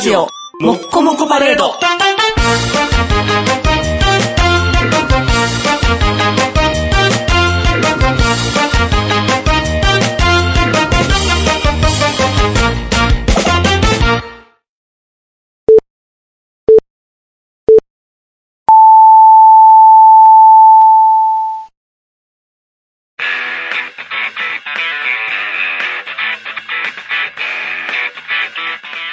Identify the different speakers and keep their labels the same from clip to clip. Speaker 1: ジオもっこもこパレード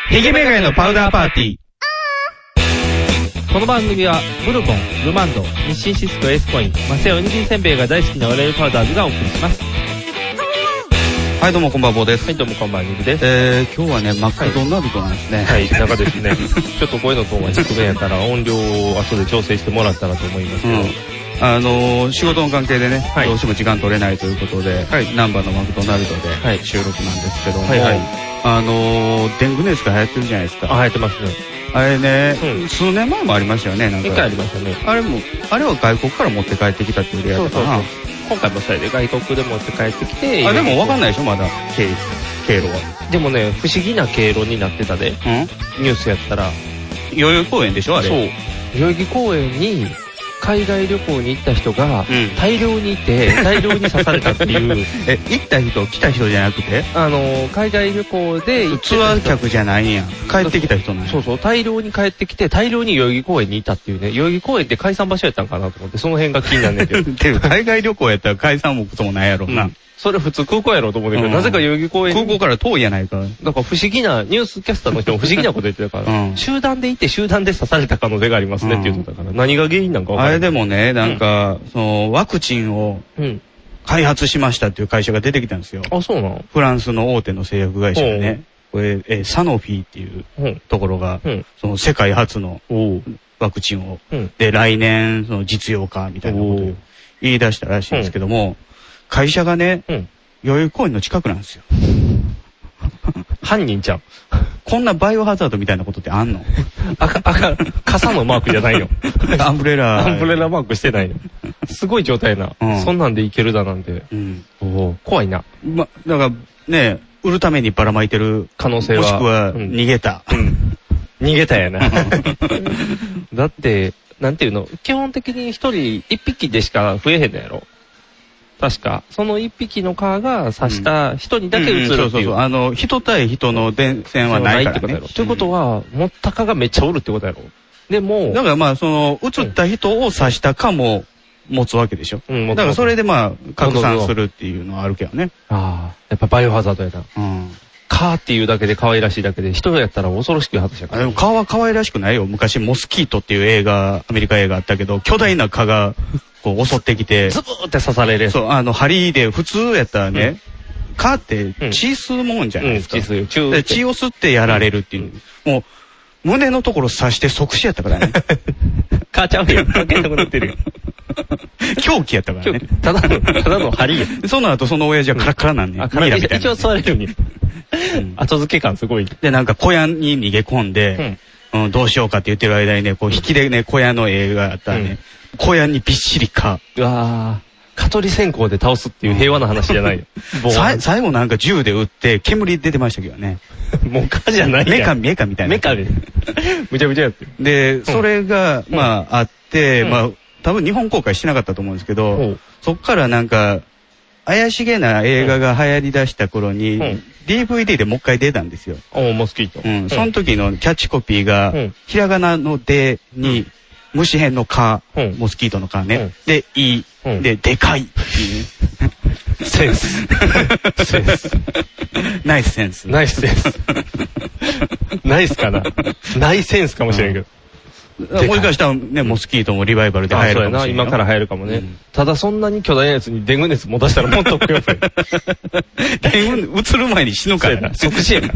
Speaker 2: ヘゲメガネのパウダーパーティー。この番組は、ブルボン、ルマンド、日清シスコ、エースコイン、マセオ、ニジンせんべいが大好きな我々パウダーズがお送りします。
Speaker 3: はい、どうもこんばんは、坊です。
Speaker 2: はい、どうもこんばんは、ニブです。
Speaker 3: えー、今日はね、マクドナルドなんですね。
Speaker 2: はい、なんかです ね、ちょっと声のトーンが低めやったら音量を後で調整してもらったらと思いますけど、
Speaker 3: うん。あのー、仕事の関係でね、
Speaker 2: はい
Speaker 3: どうしても時間取れないということで、
Speaker 2: はい
Speaker 3: ナンバーのマクドナルドで
Speaker 2: はい
Speaker 3: 収録なんですけども、
Speaker 2: はいはい
Speaker 3: あのー、デング熱が流行ってるじゃないです
Speaker 2: あ、
Speaker 3: か。
Speaker 2: 生えてますね。
Speaker 3: あれね、
Speaker 2: うん
Speaker 3: 数年前もありましたよね、なん
Speaker 2: 一回あ
Speaker 3: か。
Speaker 2: りましたね。
Speaker 3: あれも、あれは外国から持って帰ってきたっていうやつかな。
Speaker 2: そう今回もそれで外国で持って帰ってきて、
Speaker 3: あ、でもわかん
Speaker 2: い。
Speaker 3: ないでしょ、まだ、経経路は。
Speaker 2: でもね、不思議な経路になってたで、
Speaker 3: うん
Speaker 2: ニュースやったら、
Speaker 3: 代々木公園でしょ、あれ。
Speaker 2: そう。代々木公園に海外旅行に行った人が
Speaker 3: うん
Speaker 2: 大量にいて、大量に刺されたっていう、
Speaker 3: え、行った人、来た人じゃなくて、
Speaker 2: あの、海外旅行で行って
Speaker 3: ツア
Speaker 2: た
Speaker 3: ー
Speaker 2: 人
Speaker 3: 客じゃないんや。帰ってきた人なんや。
Speaker 2: そうそう、大量に帰ってきて、大量に代々木公園にいたっていうね、代々木公園って解散場所やったんかなと思って、その辺が気になんねんけど。
Speaker 3: ていうか海外旅行やったら解散もこともないやろ う
Speaker 2: う
Speaker 3: な。
Speaker 2: んそれ普通空港やろうと思うねんだけ
Speaker 3: うん
Speaker 2: ど、なぜか代々木公園
Speaker 3: 空港から遠いやないか。
Speaker 2: なんか不思議な、ニュースキャスターの人も不思議なこと言ってたから、
Speaker 3: うん
Speaker 2: 集団でいて集団で刺された可能性がありますねって言ってたから、何が原因なんかわ
Speaker 3: あ
Speaker 2: か
Speaker 3: れ
Speaker 2: んない。
Speaker 3: でもね、なんか、その、ワクチンを
Speaker 2: うん。
Speaker 3: 開発しましたっていう会社が出てきたんですよ。
Speaker 2: あ、そうなん
Speaker 3: フランスの大手の製薬会社でね。これ、えーサノフィっていう
Speaker 2: うん。
Speaker 3: ところが、
Speaker 2: うん。
Speaker 3: その世界初の
Speaker 2: おう。
Speaker 3: ワクチンを、
Speaker 2: うん。
Speaker 3: で、来年、その実用化みたいなことを言い出したらしいんですけども、会社がね、
Speaker 2: うん。
Speaker 3: 代々木公園の近くなんですよ。
Speaker 2: 犯人ちゃん。
Speaker 3: こんなバイオハザードみたいなことって あんの
Speaker 2: 赤、赤、傘のマークじゃ ないよ。
Speaker 3: アンブレラ。
Speaker 2: アンブレラマークしてないよ。すごい状態な。
Speaker 3: うん
Speaker 2: そんなんでいけるだなんて。
Speaker 3: うん。
Speaker 2: お怖いな。
Speaker 3: ま、だから、ね、売るためにばらまいてる
Speaker 2: 可能性は。
Speaker 3: もしくは、
Speaker 2: うん
Speaker 3: 逃げた。
Speaker 2: うん逃げたや な。 だって、なんていうの、基本的に一人一匹でしか増えへんのやろ確か。その一匹のカーが刺した人にだけ映るっていう。
Speaker 3: そうそうそう。あの、人対人の電線はないから
Speaker 2: そうってこと
Speaker 3: ね
Speaker 2: やろ。ということは、持った蚊がめっちゃおるってことやろで
Speaker 3: う
Speaker 2: も
Speaker 3: ん、だからまあ、その、映った人を刺したかも持つわけでしょ。
Speaker 2: うん、
Speaker 3: だからそれでまあ、拡散するっていうのはあるけどね。
Speaker 2: ああ、やっぱバイオハザードやな。
Speaker 3: うん。
Speaker 2: カーっていうだけで可愛らしいだけで、人やったら恐ろしく外した
Speaker 3: あ
Speaker 2: か
Speaker 3: で
Speaker 2: ら
Speaker 3: も。蚊は可愛らしくないよ。昔、モスキートっていう映画、アメリカ映画あったけど、巨大な蚊が、こう、襲ってきて、
Speaker 2: ズブーって刺されるやつ。
Speaker 3: そう、あの、針で、普通やったらね、蚊って血吸うもんじゃない
Speaker 2: うん、
Speaker 3: ですか。
Speaker 2: 血水、チュー
Speaker 3: で
Speaker 2: って
Speaker 3: 血を吸ってやられるっていう。もう、胸のところ刺して即死やったからね。
Speaker 2: 母ちゃんやん。関係なくな ってるよ。
Speaker 3: 狂気やったから
Speaker 2: 今
Speaker 3: ね
Speaker 2: 日。、ただの、ただの針や。
Speaker 3: その後その親父はカラッカラなんね。
Speaker 2: あ、体
Speaker 3: ミイラみたい
Speaker 2: 一
Speaker 3: な
Speaker 2: 応座れるに。
Speaker 3: うん
Speaker 2: 後付け感すごい。
Speaker 3: で、なんか小屋に逃げ込んで、うんどうしようかって言ってる間にね、こう引きでね、小屋の映画あったらね、小屋にびっしり蚊。
Speaker 2: うわぁ、蚊取り線香で倒すっていう平和な話じゃないよ。も
Speaker 3: さ最後なんか銃で撃って煙出てましたけどね。
Speaker 2: う、もう蚊じゃない
Speaker 3: メ
Speaker 2: や
Speaker 3: カ
Speaker 2: ん。
Speaker 3: メカみたいな。
Speaker 2: メカで。むちゃむちゃやってる。
Speaker 3: で、それが、まああって、
Speaker 2: うん
Speaker 3: まあ多分日本公開してなかったと思うんですけど、
Speaker 2: ほう
Speaker 3: そっからなんか、怪しげな映画が流行り出した頃に、
Speaker 2: うん
Speaker 3: DVD でもう一回出たんですよ。
Speaker 2: おうモスキート。
Speaker 3: うん。その時のキャッチコピーが、
Speaker 2: うん
Speaker 3: ひらがなのでに、虫編の蚊、
Speaker 2: うん
Speaker 3: モスキートの蚊ね。
Speaker 2: うん
Speaker 3: で、いい、
Speaker 2: うん
Speaker 3: で、でかいっていう
Speaker 2: センス。センス。
Speaker 3: ね。ナイスセンス。
Speaker 2: ナイスセンス。ナイス かな。ナイセンスかもしれんけど。
Speaker 3: もしかしたらね、モスキートもリバイバルで流
Speaker 2: あ
Speaker 3: 行
Speaker 2: そう
Speaker 3: る
Speaker 2: や
Speaker 3: かもし
Speaker 2: な。
Speaker 3: れない。
Speaker 2: 今から流行るかもね。
Speaker 3: うん
Speaker 2: ただそんなに巨大なやつにデング熱持たしたらもっとくよくよ。
Speaker 3: 映る前に死
Speaker 2: そ
Speaker 3: ぬか
Speaker 2: うや
Speaker 3: ら
Speaker 2: な。。即死や な。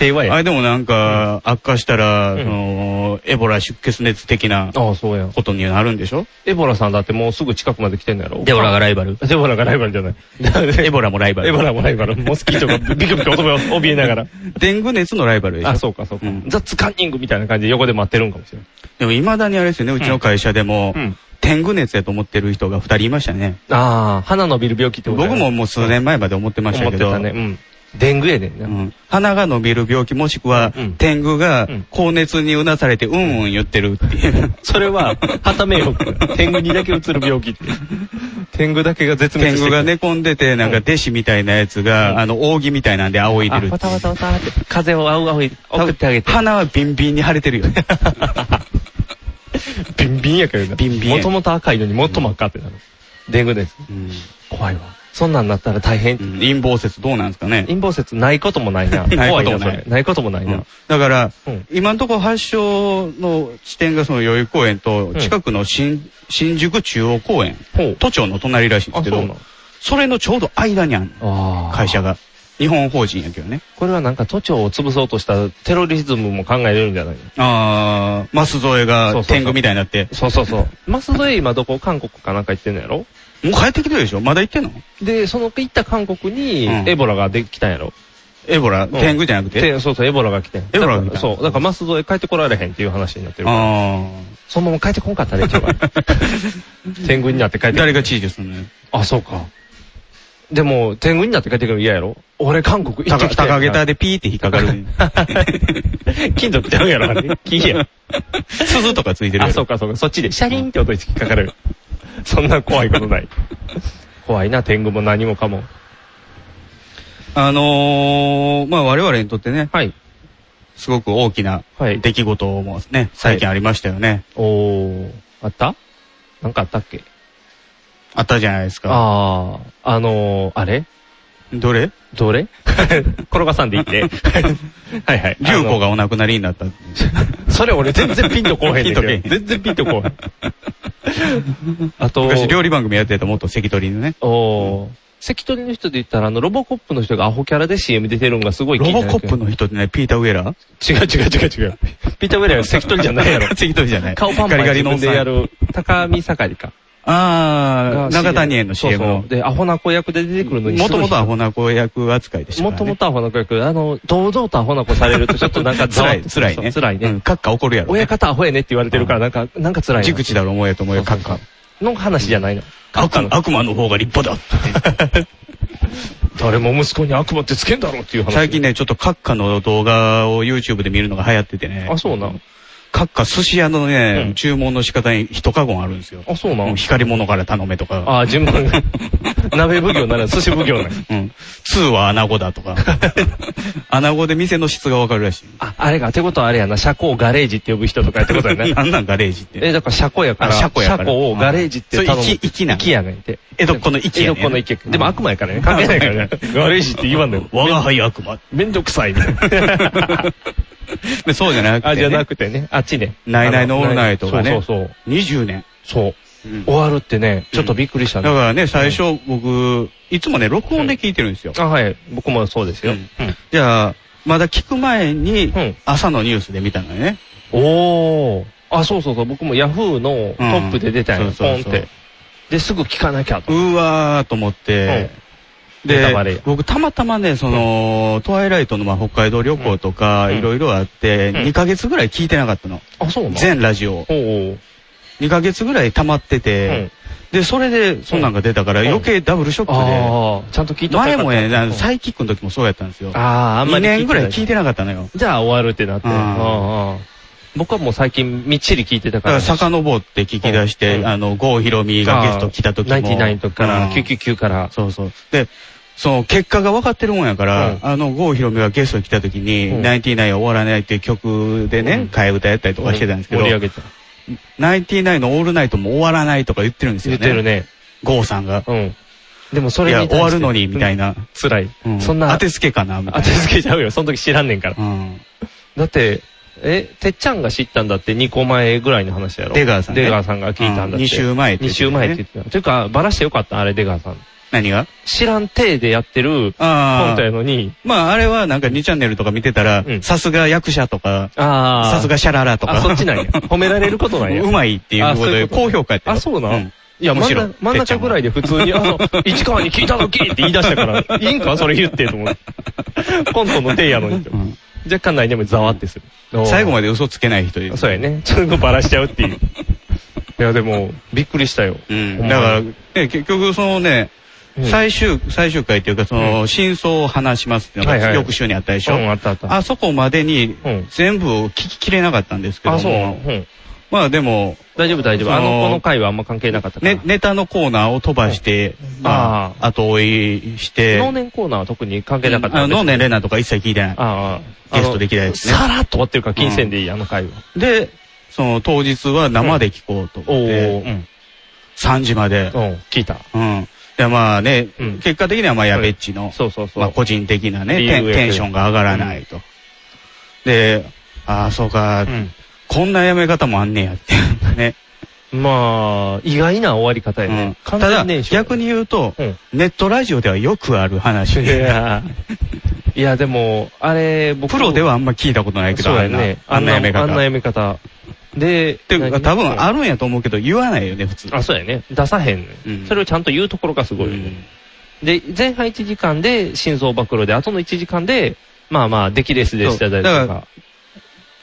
Speaker 2: 平和や。
Speaker 3: あ
Speaker 2: あ
Speaker 3: れでもなんか、悪化したら、
Speaker 2: うん
Speaker 3: そのエボラ出血熱的な
Speaker 2: あ、そうや。
Speaker 3: ことになるんでしょ
Speaker 2: エボラさんだってもうすぐ近くまで来てんのやろ
Speaker 3: エボラがライバル。
Speaker 2: エボラがライバルじゃない。
Speaker 3: エボラもライバル。
Speaker 2: エボラもライバル。モスキート がビクビク音を怯えながら。
Speaker 3: デング熱のライバルでしょ
Speaker 2: あ、そうかそうか
Speaker 3: うん。
Speaker 2: ザッツカンニングみたいな感じで横で待ってるんかもしれない。
Speaker 3: でも未だにあれですよね、うちの会社でも、
Speaker 2: うん
Speaker 3: 天狗熱やと思ってる人が二人いましたね。
Speaker 2: ああ、鼻伸びる病気ってことや
Speaker 3: 僕ももう数年前まで思ってました
Speaker 2: 思っ
Speaker 3: け
Speaker 2: て
Speaker 3: ど、
Speaker 2: たね。うん。伝具やねんな。
Speaker 3: うん鼻が伸びる病気もしくは
Speaker 2: うん、
Speaker 3: 天狗が
Speaker 2: うん
Speaker 3: 高熱にうなされてうんうん言ってるっていう。
Speaker 2: それは、はためよ。 天狗にだけ移る病気って。天狗だけが絶
Speaker 3: 天
Speaker 2: 滅してく
Speaker 3: 狗が
Speaker 2: る。
Speaker 3: 寝込んでて、なんか弟子みたいなやつ
Speaker 2: うん
Speaker 3: が、あの、扇みたいなんで仰いで
Speaker 2: あ、
Speaker 3: る
Speaker 2: わたわたわたって、風をあうあう送ってあげて。
Speaker 3: 鼻はビンビンに腫れてるよ ね。
Speaker 2: ビンビンやけどな。
Speaker 3: ビンビンや
Speaker 2: もともと赤いのにもっと真っ赤ってなる。伝具です。
Speaker 3: うん
Speaker 2: 怖いわ。そんなんなったら大変。
Speaker 3: 陰謀説どうなんですかね。
Speaker 2: 陰謀説ないこともない な。
Speaker 3: ない
Speaker 2: 怖
Speaker 3: こ
Speaker 2: いな、
Speaker 3: とも
Speaker 2: そ
Speaker 3: ない。
Speaker 2: れ。ないこともないうなん
Speaker 3: だから
Speaker 2: うん、
Speaker 3: 今のところ発祥の地点がその代々木公園と
Speaker 2: ん、
Speaker 3: 近くの新新宿中央公園、
Speaker 2: ほう。
Speaker 3: 都庁の隣らしいんで
Speaker 2: あ、
Speaker 3: す
Speaker 2: そ
Speaker 3: け
Speaker 2: うな
Speaker 3: ど
Speaker 2: の、
Speaker 3: それのちょうど間にある
Speaker 2: あ
Speaker 3: 会社。が。日本法人やけどね。
Speaker 2: これはなんか都庁を潰そうとしたテロリズムも考えれるんじゃないの
Speaker 3: あー、マス添
Speaker 2: そ
Speaker 3: え
Speaker 2: う
Speaker 3: が
Speaker 2: そうそう
Speaker 3: 天狗みたいになって。
Speaker 2: そうそうそう。 マスドエ今どこ韓国かなんか行ってんのやろ
Speaker 3: もう帰ってきてるでしょまだ行ってんの
Speaker 2: で、その行った韓国に
Speaker 3: うん
Speaker 2: エボラができたんやろ、
Speaker 3: エボラ、天狗じゃなくて
Speaker 2: で、そうそう、エボラが来てん。
Speaker 3: エボラが
Speaker 2: だか
Speaker 3: 来た
Speaker 2: らそう。だからマスドエ帰ってこられへんっていう話になってるから。
Speaker 3: あ
Speaker 2: そのまま帰ってこんかったね、今 日は。天狗になって帰ってく
Speaker 3: ー。
Speaker 2: る
Speaker 3: 誰が知事すんのよ。
Speaker 2: あ、そうか。でも、天狗になって帰ってくるの嫌やろ俺韓国行って
Speaker 3: 高
Speaker 2: きた
Speaker 3: 高げたでピーって引っかか る。
Speaker 2: 金属ちゃうやろ、あ れ。金や。
Speaker 3: 鈴とかついてるや
Speaker 2: あ、
Speaker 3: ろ
Speaker 2: そうかそうか。そっちでシャリンって音に引っかかる。そんな怖いことない。怖いな、天狗も何もかも。
Speaker 3: あのー、まあ我々にとってね、
Speaker 2: はい。
Speaker 3: すごく大きな
Speaker 2: はい。
Speaker 3: 出来事もね、最近ありましたよね。
Speaker 2: おー、あったなんかあったっけ
Speaker 3: あったじゃないですか。
Speaker 2: あー、あのー、あれ
Speaker 3: どれ
Speaker 2: どれ 転がさんでいい って。はいはい。
Speaker 3: 竜子がお亡くなりになった。
Speaker 2: それ俺全 然ピンとこうへんねんけど
Speaker 3: ピンとけへん
Speaker 2: 全然ピンとこうへん。あと、
Speaker 3: 昔料理番組やってた元関取のね。
Speaker 2: おー関取の人で言ったら、あの、ロボコップの人がアホキャラで CM 出てるんがすごい気
Speaker 3: ロ
Speaker 2: にな
Speaker 3: ボ
Speaker 2: る
Speaker 3: コップの人ってね、ピーター・ウェラー。
Speaker 2: 違う違う違う違う。ピーター・ウェラー関取じゃないやろ
Speaker 3: 関取じゃない。
Speaker 2: 顔パンパン
Speaker 3: ガ
Speaker 2: 自
Speaker 3: リガ
Speaker 2: 分
Speaker 3: リの
Speaker 2: でや。る、高見盛りか。
Speaker 3: あ
Speaker 2: が
Speaker 3: ー、中谷園の CM
Speaker 2: そう
Speaker 3: の
Speaker 2: そう。で、アホな子役で出てくるのに
Speaker 3: もともとア
Speaker 2: ホ
Speaker 3: ホな子役扱いでしたか
Speaker 2: も
Speaker 3: ら
Speaker 2: と
Speaker 3: ね。
Speaker 2: もとアホな子役。あの、堂々とアホな子されるとちょっとなんかざわ
Speaker 3: 辛
Speaker 2: っ
Speaker 3: い、
Speaker 2: と
Speaker 3: 辛い
Speaker 2: そう
Speaker 3: ね。
Speaker 2: 辛いね。
Speaker 3: うん、閣下怒るやろ。
Speaker 2: 親方アホやねって言われてるから、なんか、なんか辛い
Speaker 3: 地
Speaker 2: な。
Speaker 3: 口だろ思えと思うよ、
Speaker 2: そう
Speaker 3: 閣
Speaker 2: そうそう
Speaker 3: 下。
Speaker 2: の話じゃないの。閣下
Speaker 3: 悪
Speaker 2: の
Speaker 3: 悪魔の方が立派だ。
Speaker 2: 誰も息子に悪魔ってつけんだろっていう話。
Speaker 3: 最近ね、ちょっと閣下の動画を YouTube で見るのが流行っててね。
Speaker 2: あ、そうなん。
Speaker 3: 閣下寿司屋のね、
Speaker 2: うん
Speaker 3: 注文の仕方に一カゴンあるんですよ。
Speaker 2: あ、そうな
Speaker 3: うんん。光り物から頼めとか。
Speaker 2: ああ、順番 が。鍋奉行なら寿司奉行なんや
Speaker 3: うん。2は穴子だ とか。穴子で店の質がわかるらしい。
Speaker 2: あ、あれか。ってことはあれやな。車庫をガレージって呼ぶ人とかやってことや な。
Speaker 3: なんなんガレージって。
Speaker 2: え、だから車庫やから、
Speaker 3: あ車庫やから
Speaker 2: 庫をガレージって頼む。
Speaker 3: そう粋粋なん
Speaker 2: 粋やねんって。
Speaker 3: 江戸っ子の池
Speaker 2: 江
Speaker 3: や
Speaker 2: 戸
Speaker 3: ね
Speaker 2: っ子の池。でも悪魔やからね。関係ないから ね。ガレージって言わんのよ。
Speaker 3: 我が輩悪魔。
Speaker 2: めんどくさいみたい な。
Speaker 3: でそうじゃなくて、ね。
Speaker 2: あ、じゃなくてね。あっちね。
Speaker 3: ナイナイのオールナイトがね
Speaker 2: そうそう
Speaker 3: 20年。
Speaker 2: そう。そう。
Speaker 3: うん
Speaker 2: 終わるってね、ちょっとびっくりした
Speaker 3: だか
Speaker 2: ね。
Speaker 3: らね、最初僕、いつもね、録音で聞いてるんですよ。
Speaker 2: あ、はい。僕もそうですよ。
Speaker 3: うんじゃあ、まだ聞く前に
Speaker 2: うん、
Speaker 3: 朝のニュースで見たのね。
Speaker 2: おー。あ、そうそうそう。僕もヤフーのトップで出たん
Speaker 3: う
Speaker 2: や。
Speaker 3: ん
Speaker 2: ポ
Speaker 3: そうそ
Speaker 2: ンっ
Speaker 3: うそう
Speaker 2: て。で、すぐ聞かなきゃと。
Speaker 3: うわーと思って、
Speaker 2: ネタバレ
Speaker 3: で、僕たまたまね、その、トワイライトのまあ北海道旅行とか、
Speaker 2: うん
Speaker 3: いろいろあって、
Speaker 2: うん
Speaker 3: 2ヶ月ぐらい聞いてなかったの。
Speaker 2: あ、そうなの
Speaker 3: 全ラジオ。
Speaker 2: おー。
Speaker 3: 2ヶ月ぐらい溜まってて、で、それで、そんなんが出たから
Speaker 2: うん
Speaker 3: 余計ダブルショック
Speaker 2: ああ、ちゃんと聞い
Speaker 3: で、
Speaker 2: とったらよ
Speaker 3: 前
Speaker 2: かった
Speaker 3: もね、あの
Speaker 2: うん
Speaker 3: サイキックの時もそうやったんですよ。
Speaker 2: ああ、あんま
Speaker 3: 2
Speaker 2: り聞いてない。
Speaker 3: 年ぐらい聞いてなかったのよ。
Speaker 2: じゃあ終わるってなって。
Speaker 3: うん
Speaker 2: うんうん僕はもう最近みっちり聞いてたか。
Speaker 3: だからら遡って聞き出し
Speaker 2: う
Speaker 3: て、
Speaker 2: ん
Speaker 3: あの、郷ひろみがゲスト来た時も。
Speaker 2: ナインティナインとか
Speaker 3: う、ん
Speaker 2: 999から。
Speaker 3: そうそう。で、その結果が分かってるもんやから、
Speaker 2: うん
Speaker 3: あの、郷ひろみがゲストに来た時に、
Speaker 2: うん
Speaker 3: ナインティナインは終わらないっていう曲でね、
Speaker 2: うん
Speaker 3: 替え歌やったりとかしてたんですけど
Speaker 2: 盛り、上げた。
Speaker 3: ナインティナインのオールナイトも終わらないとか言ってるんですよ
Speaker 2: 言
Speaker 3: ね。
Speaker 2: ってるね。
Speaker 3: 郷さんが。
Speaker 2: うん。でもそ
Speaker 3: い
Speaker 2: れ
Speaker 3: や、
Speaker 2: に対して
Speaker 3: 終わるのに、みたい。
Speaker 2: うん
Speaker 3: な。
Speaker 2: 辛い。
Speaker 3: うん
Speaker 2: そんな
Speaker 3: 当てつけかな、み
Speaker 2: 当
Speaker 3: たい
Speaker 2: てつけちゃうよ。その時知らんねんから。
Speaker 3: な。うん。
Speaker 2: だって、え、てっちゃんが知ったんだって2個前ぐらいの話やろ。
Speaker 3: 出川さんね
Speaker 2: 出川さんが聞いたんだって。
Speaker 3: 2週前っ
Speaker 2: 2
Speaker 3: て言ってた
Speaker 2: 週
Speaker 3: よね
Speaker 2: 前って言ってた。というか、バラしてよかった、あれ出川さん。
Speaker 3: 何が
Speaker 2: 知らん体でやってるコン
Speaker 3: あ
Speaker 2: ト
Speaker 3: あ
Speaker 2: や。のに、
Speaker 3: まあ、あれはなんか2チャンネルとか見てたら
Speaker 2: うん、
Speaker 3: さすが役者とか、
Speaker 2: ああ。
Speaker 3: さすがシャララとか。
Speaker 2: あ、そっちなんや。 褒められることなんや。
Speaker 3: うまいっていうこ
Speaker 2: あ
Speaker 3: と
Speaker 2: そうい
Speaker 3: で、
Speaker 2: うことね
Speaker 3: 高評価やったよ
Speaker 2: あそうなん
Speaker 3: ん
Speaker 2: いや、
Speaker 3: む
Speaker 2: 真ん
Speaker 3: しろ
Speaker 2: 中真ん中ぐらいで普通に、あの、市川に聞いたのきって言い出した から、いいんかそれ言って、と思って。コントの手やのに。
Speaker 3: うん
Speaker 2: 若干内でもざわってする。
Speaker 3: 最後
Speaker 2: ま
Speaker 3: まで嘘つけない人です。
Speaker 2: そうやね。ちょっとバラしちゃうって いう。いや、でも、びっくりしたよ。
Speaker 3: う
Speaker 2: ほんま
Speaker 3: ん。だ
Speaker 2: に
Speaker 3: から、ね、結局そのね、
Speaker 2: うん
Speaker 3: 最終、最終回というか、その、真相を話しますっていうの
Speaker 2: はいは
Speaker 3: が、
Speaker 2: い
Speaker 3: 翌週にあったでしょ。
Speaker 2: うん、あったあった。
Speaker 3: あそこまでに
Speaker 2: うん、
Speaker 3: 全部を聞ききれなかったんですけど
Speaker 2: あ、
Speaker 3: も。
Speaker 2: そう。うん。
Speaker 3: まあでも、
Speaker 2: 大丈夫大丈夫。あ
Speaker 3: その
Speaker 2: の、この回はあんま関係なかったから。
Speaker 3: ね、ネタのコーナーを飛ばして、まあ、後追いして、
Speaker 2: 能年コーナーは特に関係なかった
Speaker 3: あ
Speaker 2: んです
Speaker 3: のね、レナとか一切聞いてない。
Speaker 2: ああ。
Speaker 3: ゲストできないですね
Speaker 2: あのさらっと終わってるから、金銭でいい、あの回は。
Speaker 3: で、その当日は生で聞こうと
Speaker 2: お
Speaker 3: 思って、
Speaker 2: ーうん。
Speaker 3: 3時まで
Speaker 2: う。ん、聞いた。
Speaker 3: うん。で、まあね、
Speaker 2: うん
Speaker 3: 結果的にはまあ、やべっちの、
Speaker 2: そうそうそう。
Speaker 3: まあ個人的なね、
Speaker 2: 理由
Speaker 3: テ
Speaker 2: や
Speaker 3: ン
Speaker 2: けど
Speaker 3: テンションが上がらないと。で、ああ、そうか、
Speaker 2: う
Speaker 3: こんなやめ方もあんねやって。ね。
Speaker 2: ん。まあ、意外な終わり方や
Speaker 3: うん
Speaker 2: ね。
Speaker 3: た
Speaker 2: 完
Speaker 3: だ、
Speaker 2: 全燃焼
Speaker 3: 逆に、言うと、
Speaker 2: うん。
Speaker 3: ネットラジオではよくある話
Speaker 2: い
Speaker 3: で、
Speaker 2: や、いやでも、あれ、僕
Speaker 3: プロではあんま聞いたことないけど、
Speaker 2: そうやね。
Speaker 3: あんなあんなやめ
Speaker 2: あんな
Speaker 3: 方。
Speaker 2: やめ方。で、っ
Speaker 3: っていうか、多分あるんやと思うけど、言わないよね、普通。
Speaker 2: あ、そうやね。出さへんね、
Speaker 3: うん
Speaker 2: それをちゃんと言うところがすごいよね。で、前半1時間で心臓暴露で、後の1時間で、まあまあ、出来レースでしたりと
Speaker 3: そうだ
Speaker 2: か。
Speaker 3: か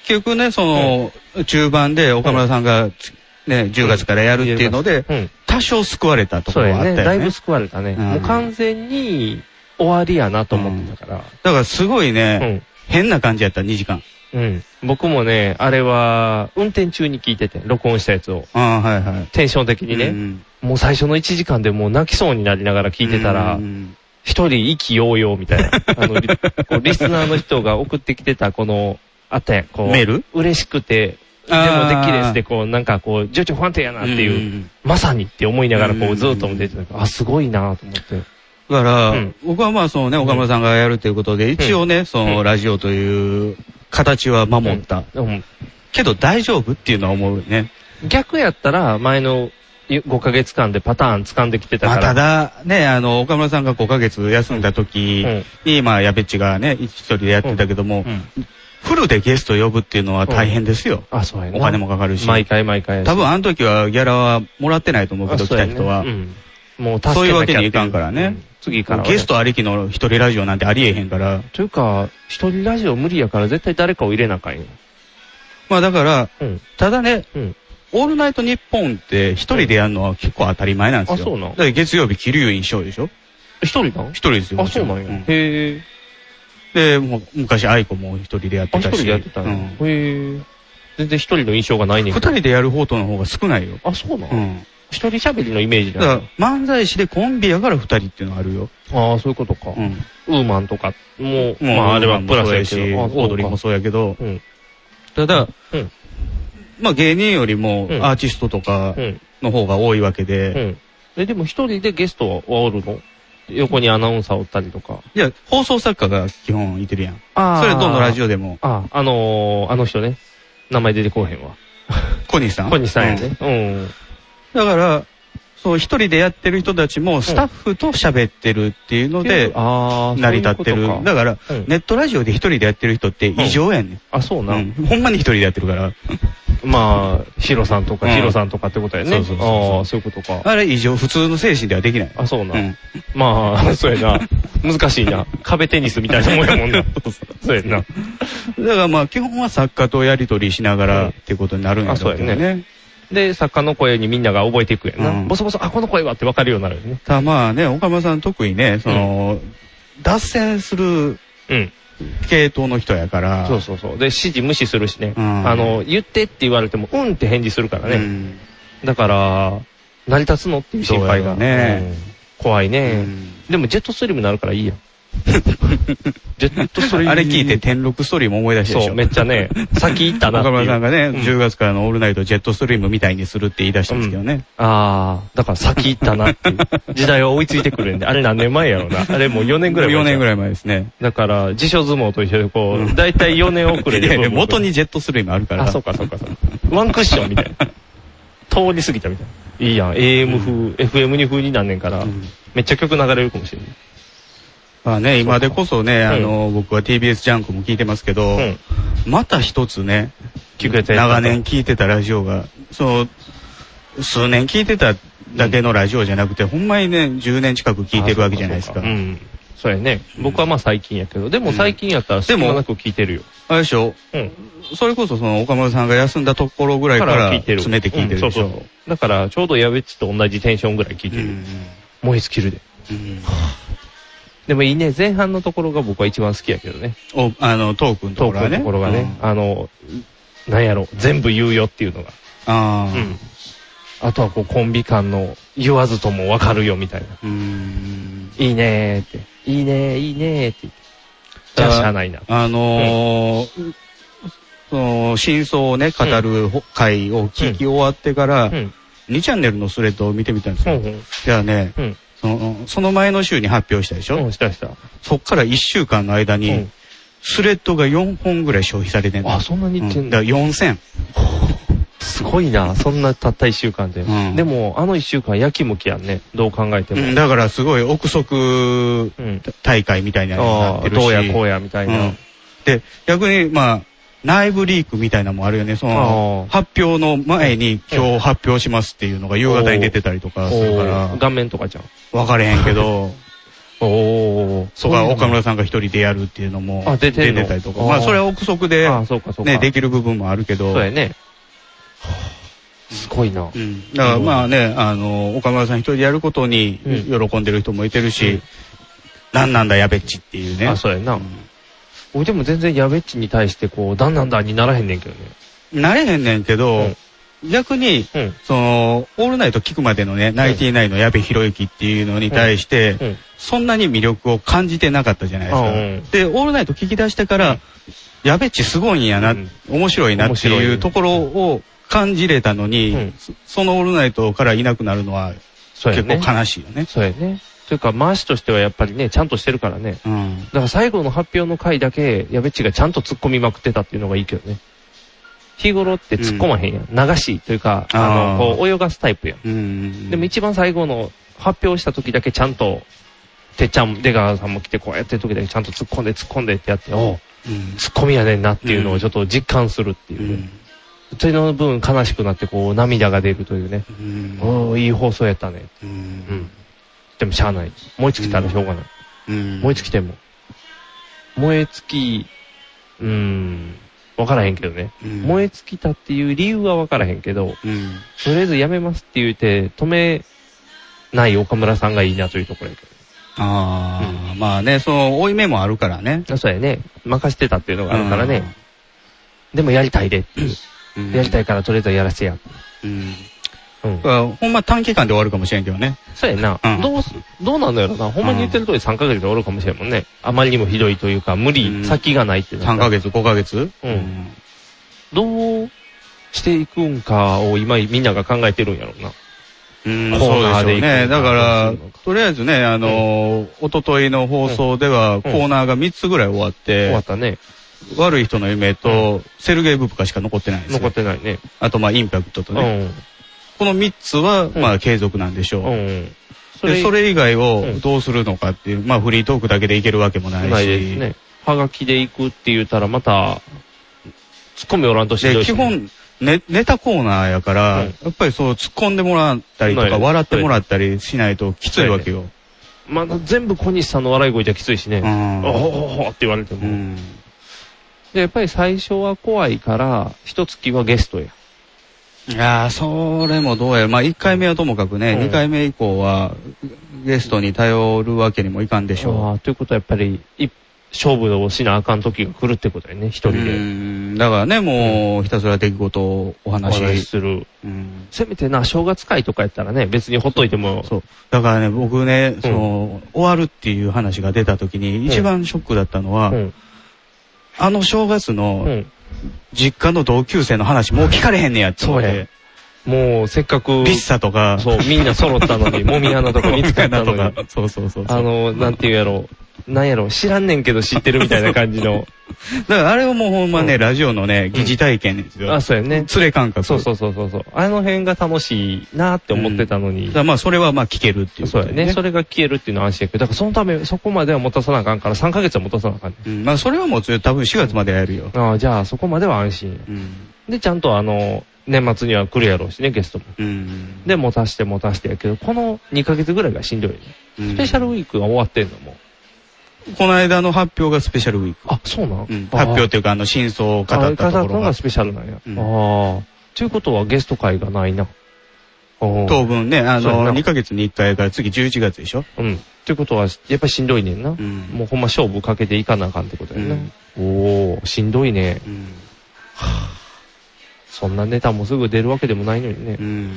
Speaker 3: 結局ね、その、中盤で岡村さんが、つね、10月からやるっていうので、
Speaker 2: うん。
Speaker 3: 多少救われたとこ
Speaker 2: そう
Speaker 3: ろ
Speaker 2: や
Speaker 3: はあったよ
Speaker 2: ね。
Speaker 3: ね。
Speaker 2: だいぶ救われたね。
Speaker 3: うん
Speaker 2: もう完全に終わりやなと思ってたから。
Speaker 3: だからすごいね、
Speaker 2: うん。
Speaker 3: 変な感じやった、2時間。
Speaker 2: うん。僕もね、あれは、運転中に聞いてて、録音したやつを。
Speaker 3: ああ、はいはい。
Speaker 2: テンション的にね、
Speaker 3: うん
Speaker 2: もう最初の1時間でもう泣きそうになりながら聞いてたら
Speaker 3: う、ん
Speaker 2: 一人意気揚々み たいな。あの、リこうリスナーの人が送ってきてた、この、あったやん、こう。
Speaker 3: メール
Speaker 2: 嬉しくて、でもデッキレースでこう、なんかこう、情緒不安定やなっていう、
Speaker 3: ん
Speaker 2: まさにって思いながらこ
Speaker 3: う
Speaker 2: う、
Speaker 3: ん
Speaker 2: ずっと見てて、あ、すごいなと思って。
Speaker 3: だから、
Speaker 2: うん
Speaker 3: 僕はまあそのね、岡村さんがやるということで、一応ね、そのラジオという形は守った。
Speaker 2: うん
Speaker 3: けど大丈夫っていうのは思うね。
Speaker 2: 逆やったら、前の5ヶ月間でパターン掴んできてた
Speaker 3: ま
Speaker 2: か
Speaker 3: あ、
Speaker 2: ら。
Speaker 3: ただ、ね、あの、岡村さんが5ヶ月休んだ時に、まあ、矢部っちがね、一人でやってたけども、
Speaker 2: うん。うん。
Speaker 3: フルでゲスト呼ぶっていうのは大変ですよ。
Speaker 2: あ、そうやね。
Speaker 3: お金もかかるし。
Speaker 2: 毎回毎回。
Speaker 3: 多分あの時はギャラはもらってないと思うけ
Speaker 2: あ
Speaker 3: ど、来
Speaker 2: そうや
Speaker 3: た
Speaker 2: ね
Speaker 3: 人は
Speaker 2: う。んもう助けなきゃって
Speaker 3: そういうわけにはいかんからね
Speaker 2: うん次からはね
Speaker 3: ゲストありきの一人ラジオなんてありえへんから。
Speaker 2: というか、一人ラジオ無理やから絶対誰かを入れなあかんよ。
Speaker 3: まあだから、
Speaker 2: うん。
Speaker 3: ただね、
Speaker 2: うん。
Speaker 3: オールナイトニッポンって一人でやるのは結構当たり前なんですよ。
Speaker 2: あそうなん
Speaker 3: だって月曜日、桐生印象でしょ
Speaker 2: 一人なん
Speaker 3: 一人ですよ。
Speaker 2: あ、そうなんや。
Speaker 3: ん
Speaker 2: へえ。
Speaker 3: で、もう昔、愛子も一人でやっ
Speaker 2: あ、
Speaker 3: て
Speaker 2: 一
Speaker 3: たし。
Speaker 2: 人でやってたん
Speaker 3: う
Speaker 2: や
Speaker 3: ん
Speaker 2: へえ。全然一人の印象がないねん
Speaker 3: 二
Speaker 2: けど。
Speaker 3: 人でやる方との方が少ないよ。
Speaker 2: あ、そうな
Speaker 3: うんん。
Speaker 2: 一人喋りのイメージ
Speaker 3: だか
Speaker 2: だ
Speaker 3: ら。、漫才師でコンビやから二人っていうのはあるよ。
Speaker 2: ああ、そういうことか
Speaker 3: う。ん。
Speaker 2: ウーマンとかも、
Speaker 3: もう
Speaker 2: まああれはプラスや
Speaker 3: し、
Speaker 2: し、
Speaker 3: オ
Speaker 2: あ
Speaker 3: ードリーも。
Speaker 2: そ
Speaker 3: そうやけど
Speaker 2: う、かうん。
Speaker 3: ただ、
Speaker 2: うん
Speaker 3: まあ芸人よりも
Speaker 2: うん
Speaker 3: アーティストとか
Speaker 2: うん。
Speaker 3: の方が多いわけで、
Speaker 2: うん。え、でも一人でゲストはおるの横にアナウンサーおったりとか。
Speaker 3: いや、放送作家が基本いてるやん。
Speaker 2: あ
Speaker 3: それどのラ
Speaker 2: オ
Speaker 3: ジオでも、
Speaker 2: あ、あのー、あの人ね。名前出てこうへんわ。
Speaker 3: 小西さん
Speaker 2: 小西さんや
Speaker 3: う
Speaker 2: ね。うん。
Speaker 3: だから、そう、一人でやってる人たちもスタッフと喋ってるっていうので、
Speaker 2: あー
Speaker 3: 成り立ってる。
Speaker 2: そういうことか
Speaker 3: だから、
Speaker 2: うん
Speaker 3: ネットラジオで一人でやってる人って異常やね。
Speaker 2: あ、そうんな。
Speaker 3: うんん。ほんまに一人でやってるから。
Speaker 2: まあ、ヒロさんとか、
Speaker 3: うん
Speaker 2: ヒロさんとかってことやね。
Speaker 3: そうそうそうそう
Speaker 2: ああ、そういうことか。
Speaker 3: あれ異常、普通の精神ではできない。
Speaker 2: あ、そう
Speaker 3: う
Speaker 2: な。
Speaker 3: ん。
Speaker 2: まあ、 そうやな。難しいな。壁テニスみたいなもんやもん な。そうやな。
Speaker 3: だからまあ、基本は作家とやりとりしなが
Speaker 2: う
Speaker 3: ら
Speaker 2: ん
Speaker 3: っていうことになるんだろうけど
Speaker 2: あそうや
Speaker 3: ね。
Speaker 2: で、作家の声にみんなが覚えていくやんな。
Speaker 3: うん
Speaker 2: ボソボソ、あ、この声はってわかるようになるよね。
Speaker 3: ただまあね、岡村さん特にね、その、脱線する
Speaker 2: うん。
Speaker 3: 系統の人やから。
Speaker 2: そうそうそう。で、指示無視するしね。
Speaker 3: うん
Speaker 2: あの、言ってって言われても、うんって返事するからね。
Speaker 3: うん
Speaker 2: だから、成り立つのっていう心配が。
Speaker 3: そうやね
Speaker 2: うん怖いうね、
Speaker 3: ん
Speaker 2: でもジェットストリームになるからい いやん。ジェットストリーム。
Speaker 3: あれ聞いて天禄ストーリーも思い出したでし
Speaker 2: そ
Speaker 3: ょ
Speaker 2: う、めっちゃね、先行ったなって
Speaker 3: 岡
Speaker 2: いう。
Speaker 3: 村さんがね、
Speaker 2: ん
Speaker 3: 10月からのオールナイトジェットストリームみたいにするって言い出したんですけどね。
Speaker 2: あー、だから先行ったなっていう。時代は追いついてくるんで、あれ何年前やろうな。あれもう4年ぐらい前。
Speaker 3: 4年ぐ
Speaker 2: い。
Speaker 3: らい前ですね。
Speaker 2: だから、自称相撲と一緒でこう、だいたい4年遅れ
Speaker 3: いやい
Speaker 2: で。
Speaker 3: や元にジェットストリームあるから。
Speaker 2: あ、そうかそうかそうか。ワンクッションみたいな。通り過ぎたみたいな。いいやん。AM 風、FM2 風になんねんから、
Speaker 3: うん
Speaker 2: めっちゃ曲流れるかもしれない。
Speaker 3: まあね、今でこそね、
Speaker 2: ん
Speaker 3: あの、僕は TBS ジャンクも聞いてますけど、
Speaker 2: うん
Speaker 3: また一つね、
Speaker 2: 聞くやつやった
Speaker 3: 長年聞いてたラジオが、そう、数年聞いてただけのラジオじゃなくて、ほんまにね、10年近く聞いてるわけじゃないですか。
Speaker 2: あそううん。そうやね。僕はまあ最近やけど、でも最近やったら
Speaker 3: で
Speaker 2: 少
Speaker 3: も
Speaker 2: なく聞いてるよ。
Speaker 3: あれでしょ
Speaker 2: うん。
Speaker 3: それこそその岡村さんが休んだところぐらいから詰めて聞いてるでし
Speaker 2: うんそう
Speaker 3: ょ
Speaker 2: そうそう。だから、ちょうどやべっちと同じテンションぐらい聞いて
Speaker 3: う
Speaker 2: る。
Speaker 3: ん
Speaker 2: もう一キルで。
Speaker 3: うん
Speaker 2: でもいいね、前半のところが僕は一番好きやけどね。
Speaker 3: お、あの、トークの
Speaker 2: ト
Speaker 3: と
Speaker 2: ー
Speaker 3: ころ
Speaker 2: ク
Speaker 3: は
Speaker 2: の
Speaker 3: ね。
Speaker 2: ところがね、
Speaker 3: うん
Speaker 2: あの、なんやろ、全部言うよっていうのが。
Speaker 3: あ
Speaker 2: うん。
Speaker 3: あ。
Speaker 2: あとはこう、コンビ間の言わずともわかるよみたいな。
Speaker 3: うん。
Speaker 2: いいねーって。いいねー、いいねーって言って。じゃあ、しゃあないな。
Speaker 3: あのーその、真相をね、語る回を聞き終わってから、
Speaker 2: うん。
Speaker 3: 2チャンネルのスレッドを見てみたんです
Speaker 2: ほ
Speaker 3: よ。
Speaker 2: んほん。
Speaker 3: じゃあね、
Speaker 2: うん
Speaker 3: その、その前の週に発表したでしょ、
Speaker 2: うん、したした。
Speaker 3: そっから1週間の間に、
Speaker 2: うん
Speaker 3: スレッドが4本ぐらい消費されてんの
Speaker 2: あ、そんなに
Speaker 3: う
Speaker 2: 言って
Speaker 3: ん
Speaker 2: ん
Speaker 3: だ
Speaker 2: だ。
Speaker 3: から4000。
Speaker 2: すごいな、そんなたった一週間で。
Speaker 3: うん
Speaker 2: でも、あの一週間、やきもきやんね。どう考えて
Speaker 3: う
Speaker 2: も。
Speaker 3: んだからすごい憶測
Speaker 2: うん。
Speaker 3: 大会みたいなのにな
Speaker 2: あ
Speaker 3: って
Speaker 2: あ、
Speaker 3: るし。
Speaker 2: どうやこうやみたいな。
Speaker 3: うんで、逆に、まあ、内部リークみたいなのもあるよね。そ
Speaker 2: あ
Speaker 3: の、
Speaker 2: ー
Speaker 3: 発表の前に今日発表しますっていうのが夕方に出てたりとかするから
Speaker 2: おー、顔面とかじゃん。
Speaker 3: 分かれへんけど、
Speaker 2: おお。
Speaker 3: そこは岡
Speaker 2: 村
Speaker 3: 村さんが一人でやるっていうのも
Speaker 2: あ出
Speaker 3: 出
Speaker 2: てんの
Speaker 3: てたりとか、まあそれは憶測で
Speaker 2: あ、そうかそうか。
Speaker 3: ね、できる部分もあるけど
Speaker 2: そう、やね。すごいな。
Speaker 3: うんだからまあね、あの、岡村さん一人でやることに
Speaker 2: うん
Speaker 3: 喜んでる人もいてる
Speaker 2: う
Speaker 3: し
Speaker 2: ん、
Speaker 3: なんなんだやべっちっていうね。
Speaker 2: あ、そうやな。
Speaker 3: う
Speaker 2: 俺でも全然やべっちに対してこう、なんなんだにならへんねんけどね。
Speaker 3: んなれへんねんけ
Speaker 2: う
Speaker 3: ど
Speaker 2: ん、
Speaker 3: 逆に、
Speaker 2: うん。
Speaker 3: その、オールナイト聞くまでのね、ナインティナインの矢部博之っていうのに対して、
Speaker 2: うん。
Speaker 3: そんなに魅力を感じてなかったじゃないですか。で、オールナイト聞き出してから、矢部っちすごいんやな、
Speaker 2: うん
Speaker 3: 面白いなって
Speaker 2: 面白
Speaker 3: い
Speaker 2: いう
Speaker 3: ところを感じれたのに、
Speaker 2: うん
Speaker 3: そそのオールナイトからいなくなるのは
Speaker 2: そうや
Speaker 3: 結構
Speaker 2: ね。
Speaker 3: 悲しいよね。
Speaker 2: そうやね。というか、回しとしてはやっぱりね、ちゃんとしてるからね。
Speaker 3: うん。
Speaker 2: だから最後の発表の回だけ、やべっちがちゃんと突っ込みまくってたっていうのがいいけどね。日頃って突っ込まへんやん。流しというか、あ
Speaker 3: あ
Speaker 2: の、
Speaker 3: ー
Speaker 2: こう泳がすタイプやん。
Speaker 3: うん。
Speaker 2: でも一番最後の発表した時だけちゃんと、てっちゃん、出川さんも来てこうやってる時だけちゃんと突っ込んで突っ込んでってやって、おう
Speaker 3: うん、
Speaker 2: 突っ込みやねんなっていうのをちょっと実感するっていうう。
Speaker 3: ん。
Speaker 2: それの分悲しくなってこう涙が出るというね。
Speaker 3: うん。
Speaker 2: おおいい放送やったね。
Speaker 3: う
Speaker 2: うんん。でもしゃあない。燃え尽きたらしょうがない。
Speaker 3: うん
Speaker 2: 燃え尽きても。燃え尽き、うーん、わからへんけどね。
Speaker 3: うん
Speaker 2: 燃え尽きたっていう理由はわからへんけど、
Speaker 3: うん。
Speaker 2: とりあえずやめますって言うて、止めない岡村さんがいいなというところやけ
Speaker 3: ああ、まあね、その、負い目もあるからね。
Speaker 2: ど。そうやね。任してたっていうのがあるからね。でもやりたいでっていう。
Speaker 3: うん。
Speaker 2: やりた
Speaker 3: い。
Speaker 2: いからとりあえずやらせてや。
Speaker 3: うん。
Speaker 2: うん。
Speaker 3: あほんま短期間で終わるかもしれんけどね。
Speaker 2: そうやな。
Speaker 3: うん
Speaker 2: どうす、どうなんのやろな。ほんまに言ってる通り3ヶ月でおるかもしれんもんね。あまりにもひどいというか、無理、
Speaker 3: うん
Speaker 2: 先がないってなっ
Speaker 3: 3
Speaker 2: たら
Speaker 3: ヶ月、5ヶ月
Speaker 2: うんどうしていくんかを今みんなが考えてるんやろうな。
Speaker 3: うん、
Speaker 2: コ
Speaker 3: そ
Speaker 2: ー
Speaker 3: う
Speaker 2: ナー
Speaker 3: で
Speaker 2: で行くの
Speaker 3: しょう
Speaker 2: か
Speaker 3: ね。だか
Speaker 2: ど
Speaker 3: ら
Speaker 2: うするのか、
Speaker 3: とりあえずね、あのー、おとといの放送ではコーナーが3つぐらい終わっ
Speaker 2: 終わ
Speaker 3: て
Speaker 2: っ、たね。
Speaker 3: 悪い人の夢と、セルゲイ・ブブカしか残ってないんです
Speaker 2: 残っ
Speaker 3: よ。
Speaker 2: てないね。
Speaker 3: あと、まあ、インパクトと
Speaker 2: う
Speaker 3: ね。
Speaker 2: ん。
Speaker 3: この3つは、まあ、継続なんでし
Speaker 2: う
Speaker 3: ょ。
Speaker 2: ん。そう
Speaker 3: で、それ以外
Speaker 2: う
Speaker 3: を
Speaker 2: ん
Speaker 3: どうするのかっていう、まあ、フリートークだけでいけるわけもな
Speaker 2: ないいです
Speaker 3: し。
Speaker 2: ね。はがきで行くって言ったらまた、ツッコミおらんとしんど
Speaker 3: で、
Speaker 2: いし
Speaker 3: 基
Speaker 2: ね
Speaker 3: 本、ね、ネタコーナーやから、
Speaker 2: うん
Speaker 3: やっぱりそう、突っ込んでもらったりと
Speaker 2: な
Speaker 3: か、
Speaker 2: い
Speaker 3: 笑ってもらったりしないときついわけよ。
Speaker 2: まだ全部小西さんの笑い声じゃきついし
Speaker 3: う
Speaker 2: ね。お
Speaker 3: ん。
Speaker 2: ほほほって言われて
Speaker 3: う
Speaker 2: も。
Speaker 3: ん。
Speaker 2: で、やっぱり最初は怖いから、一月はゲストや。
Speaker 3: いやー、それもどうやら、まあ、1回目はともかくね、
Speaker 2: うん
Speaker 3: 2回目以降は、ゲストに頼るわけにもいかんでしょ
Speaker 2: あーということはやっぱり、い勝負をしなあかん時が来るってことやね、一人
Speaker 3: う。
Speaker 2: で。
Speaker 3: ん。だからね、もう、ひたすら出来事をお
Speaker 2: お話し
Speaker 3: 話し。
Speaker 2: する。
Speaker 3: うん。
Speaker 2: せめてな、正月会とかやったらね、別にほっといても、
Speaker 3: そう。だからね、僕ね、その、終わるっていう話が出た時に、一番ショックだったのは、
Speaker 2: うん。
Speaker 3: あの正月
Speaker 2: う
Speaker 3: の、
Speaker 2: ん。
Speaker 3: 実家の同級生の話、もう聞かれへんねやって思っ
Speaker 2: そうや
Speaker 3: て、
Speaker 2: もう、せっかく、
Speaker 3: ビッサとか、
Speaker 2: そう、みんな揃ったのに、もみ穴とか見つか ったの
Speaker 3: とか
Speaker 2: に、、
Speaker 3: そうそうそうそう。
Speaker 2: あの、なんていうやろ、なんやろ、知らんねんけど知ってるみたいな感じ の。
Speaker 3: だからあれをもうほんまね、ラジオのね、疑似体験ですよ
Speaker 2: あ、。そうやね。
Speaker 3: 連れ感覚。
Speaker 2: そうそうそうそうそう。あの辺が楽しいなって思ってたのに
Speaker 3: だか。らまあ、それはまあ聞けるっていうこ
Speaker 2: そ
Speaker 3: と
Speaker 2: う
Speaker 3: で
Speaker 2: やね。それが消えるっていうのは安心やけど、だからそのため、そこまでは持たさなあかんから、3ヶ月は持たさなあかんね
Speaker 3: うん、まあ、それはもう多分4月までやるよ。
Speaker 2: ん。ああ、じゃあそこまでは安心や。
Speaker 3: うん。
Speaker 2: で、ちゃんとあの、年末には来るやろうしね、ゲストも。
Speaker 3: うん。
Speaker 2: で、持たして持たしてやけど、この2ヶ月ぐらいがしんどいね。
Speaker 3: うん、
Speaker 2: スペシャルウィークが終わってんのもう。
Speaker 3: この間の発表がスペシャルウィーク。
Speaker 2: あ、そうなん、
Speaker 3: うん、発表っていうか、あの、真相を語ったとこ
Speaker 2: あ語った
Speaker 3: ろ
Speaker 2: の
Speaker 3: が
Speaker 2: が。スペシャルなんや。
Speaker 3: うん
Speaker 2: ああ。ということはゲスト会がないな。おー
Speaker 3: 当分ね、あ
Speaker 2: そうや
Speaker 3: の、
Speaker 2: な
Speaker 3: 2ヶ月に1回やから次11月でしょ
Speaker 2: うん。ってことは、やっぱりしんどいねんな。
Speaker 3: ん
Speaker 2: もうほんま勝負かけていかなあかんってことやな。
Speaker 3: うん
Speaker 2: おー、しんどいね。
Speaker 3: うん。
Speaker 2: そんなネタもすぐ出るわけでもないのにね。
Speaker 3: うん。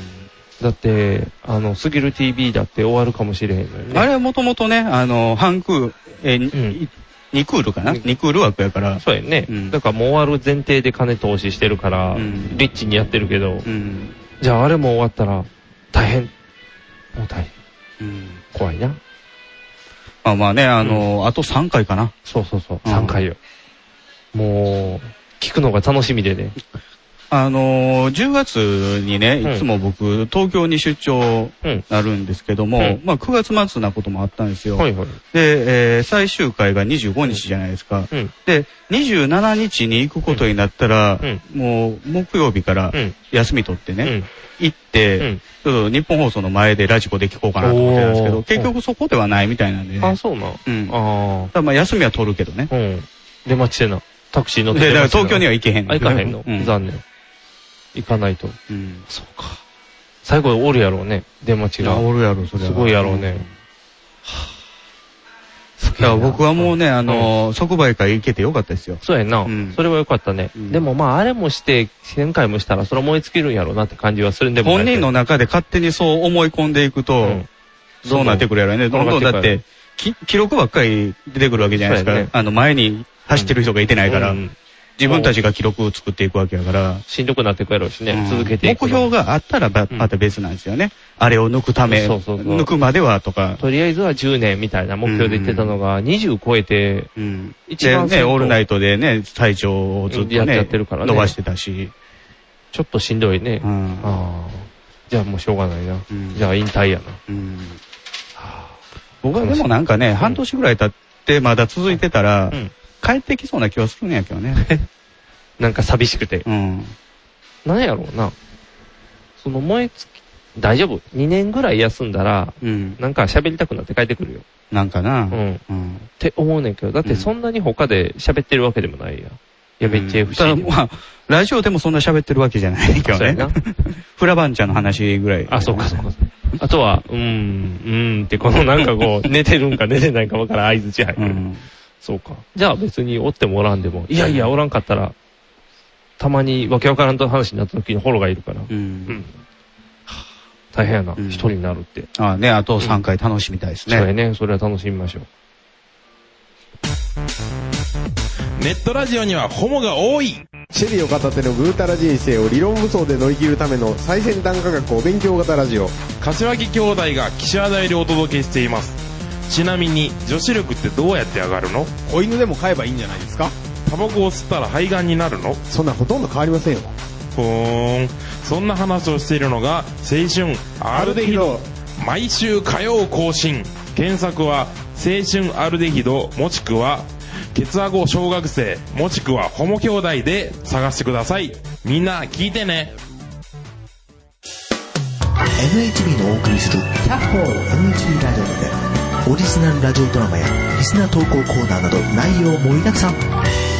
Speaker 2: だって、あの、スギル TV だって終わるかもしれへんのよね。
Speaker 3: あれはもともとね、あの、半空、えー、
Speaker 2: うん
Speaker 3: に二クールかな
Speaker 2: うん
Speaker 3: 二クール枠やから。
Speaker 2: そうやんね、
Speaker 3: うん
Speaker 2: だからもう終わる前提で金投資してるから、
Speaker 3: うん
Speaker 2: リッチにやってるけど、
Speaker 3: うん。
Speaker 2: じゃああれも終わったら、大変。もう大変。
Speaker 3: うん。
Speaker 2: 怖いな。
Speaker 3: まあまあね、あの、あと3回かな。
Speaker 2: そうそうそう。
Speaker 3: うん
Speaker 2: 3回よ。もう、聞くのが楽しみでね。
Speaker 3: あのー、10月にね、
Speaker 2: うん
Speaker 3: いつも僕、東京に出張
Speaker 2: うん
Speaker 3: なるんですけども、
Speaker 2: うん
Speaker 3: まあ9月末なこともあったんですよ。
Speaker 2: はいはい。
Speaker 3: で、えー最終回が25日じゃないですか。
Speaker 2: うん
Speaker 3: で、27日に行くことになったら、
Speaker 2: うん
Speaker 3: もう木曜日から
Speaker 2: うん。
Speaker 3: 休み取ってね、
Speaker 2: うん。
Speaker 3: 行って、
Speaker 2: うん
Speaker 3: ちょっと日本放送の前でラジコで聞こうかなと思ってたんですけ
Speaker 2: お
Speaker 3: ど、
Speaker 2: ー
Speaker 3: 結局そこではないみたいなんで
Speaker 2: あ、
Speaker 3: ね。
Speaker 2: そうなん。
Speaker 3: うん。た
Speaker 2: あ
Speaker 3: だまあ休みは取るけどね。
Speaker 2: あ。うん。出待ちでな。タクシー乗って
Speaker 3: で、だから東京に
Speaker 2: は
Speaker 3: は行けへん
Speaker 2: 行かへんの
Speaker 3: う。ん
Speaker 2: 残念。行かないと。
Speaker 3: うん。
Speaker 2: そうか。最後おるやろうね。出待ち
Speaker 3: い
Speaker 2: が
Speaker 3: や。おるやろ、それは。
Speaker 2: すごいやろうね。
Speaker 3: だから僕はもう
Speaker 2: ね。
Speaker 3: ね、あのー、即売会行けてよかったですよ。
Speaker 2: そうやんな。
Speaker 3: うん
Speaker 2: それはよかったね。
Speaker 3: うん
Speaker 2: でもまあ、あれもして、前回もしたら、それ燃え尽きるんやろうなって感じはするんでもな
Speaker 3: 本
Speaker 2: いけ
Speaker 3: 人
Speaker 2: ど。
Speaker 3: の中で勝手にそう思い込んでいくと、
Speaker 2: うん
Speaker 3: そうなってくるやろね。どんどんだって、き記録ばっかり出てくるわけじゃないです
Speaker 2: そう
Speaker 3: か。
Speaker 2: やね
Speaker 3: あの、前に走ってる人がいてないから、
Speaker 2: うん
Speaker 3: 自分たちが記録を作っていくわけやから、
Speaker 2: しんどくなってくやろうしね。
Speaker 3: うん
Speaker 2: 続けていくの
Speaker 3: 目
Speaker 2: も。
Speaker 3: 標があったらば、
Speaker 2: うん
Speaker 3: また別なんですよね。あれを抜くため、
Speaker 2: そうそうそう
Speaker 3: 抜くまではとか。
Speaker 2: とりあえずは10年みたいな目標で言ってたのが、20超えて、
Speaker 3: うん
Speaker 2: 一
Speaker 3: で
Speaker 2: 番
Speaker 3: ね、オールナ
Speaker 2: イ
Speaker 3: イトでね、体調をずっと
Speaker 2: や
Speaker 3: ね、
Speaker 2: ってるからね
Speaker 3: 伸ばしてたし。
Speaker 2: ちょっとしんどいね。
Speaker 3: うん
Speaker 2: ああ。じゃあもうしょうがないな。
Speaker 3: うん
Speaker 2: じゃあ引退やな。
Speaker 3: うん
Speaker 2: はあ
Speaker 3: 僕はでもなんかね、半年ぐらい経ってまだ続いてたら、
Speaker 2: うん
Speaker 3: 帰ってきそうな気はするんやけどね。
Speaker 2: なんか寂しくて。
Speaker 3: うん。
Speaker 2: なんやろうな。その燃え尽き、大丈夫。2年ぐらい休んだら、
Speaker 3: うん。
Speaker 2: なんか喋りたくなって帰ってくるよ。
Speaker 3: なんかな。
Speaker 2: うん。っ
Speaker 3: うん。
Speaker 2: て思うねんけど、だってそんなに他で喋ってるわけでもないや。やべっち
Speaker 3: た
Speaker 2: FC
Speaker 3: だ
Speaker 2: でも。
Speaker 3: まあ、ラジオでもそんな喋ってるわけじゃないけど
Speaker 2: そうや
Speaker 3: ね。
Speaker 2: な。
Speaker 3: フラバンチャの話ぐらい。
Speaker 2: あ、そうかそうか。あとは、うーん、うーんって、このなんかこ う、寝てるんか寝てないかわからん合図入
Speaker 3: う
Speaker 2: る。
Speaker 3: ん。
Speaker 2: そうか。じゃあ別におってもおらんでも、いやいや、おらんかったら、たまにわけわからんと話になった時にフォローがいるから。
Speaker 3: う。
Speaker 2: うんん。大変やな、
Speaker 3: うん
Speaker 2: 一人になるって。
Speaker 3: あね、あと3回楽しみたいです
Speaker 2: そうや
Speaker 3: ね。
Speaker 2: ね、それは楽しみましょう。
Speaker 1: ネットラジオにはホモが多い
Speaker 4: シェリーを片手のぐうたら人生を理論武装で乗り切るための最先端科学お勉強型ラジオ
Speaker 1: 柏木兄弟が岸和田よりお届けしていますちなみに女子力ってどうやって上がるの
Speaker 4: 子犬でも飼えばいいんじゃないですか
Speaker 1: タバコを吸ったら肺がんになるの
Speaker 4: そんなほとんど変わりませんよ
Speaker 1: ふーんそんな話をしているのが青春アルデヒド毎週火曜更新検索は青春アルデヒドもしくはケツアゴ小学生もしくはホモ兄弟で探してくださいみんな聞いてね
Speaker 5: NHB のお送りする「キャッホー NHB ラジオ」でオリジナルラジオドラマやリスナー投稿コーナーなど内容盛りだくさんホ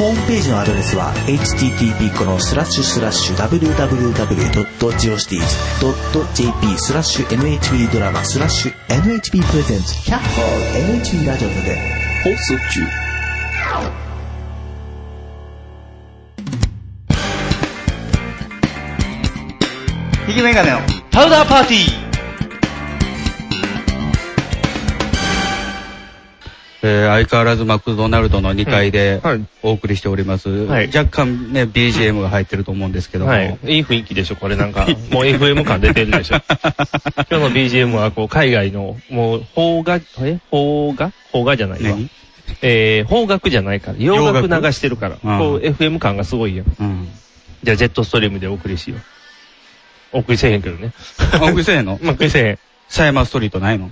Speaker 5: ームページのアドレスは http このスラッシュスラッシュ www.geocities.jp スラッシュ NHB ドラマスラッシュ NHB プレゼンツキャッホー NHB ラジオで放送中
Speaker 6: 引きメガネの
Speaker 7: パウダーパーティー
Speaker 3: えー相変わらずマクドナルドの2階で
Speaker 2: うんはい
Speaker 3: お送りしております。
Speaker 2: はい
Speaker 3: 若干ね、BGM が入ってると思うんですけども。
Speaker 2: はい。いい雰囲気でしょ、これなん か。もう FM 感出てるでしょ。今日の BGM は、こう、海外の、もう、邦画、え邦画邦画じゃないわ。
Speaker 3: 何
Speaker 2: えー、邦楽じゃないから、洋楽
Speaker 3: 洋楽
Speaker 2: 流してるから、
Speaker 3: うん
Speaker 2: こう、FM 感がすごいよ。
Speaker 3: うん。
Speaker 2: じゃあ、ジェットストリームでお送りしよう。お送りせえへんけどね。
Speaker 3: お送りせえへんの
Speaker 2: お送りせえへん。
Speaker 3: 狭山ストリートないの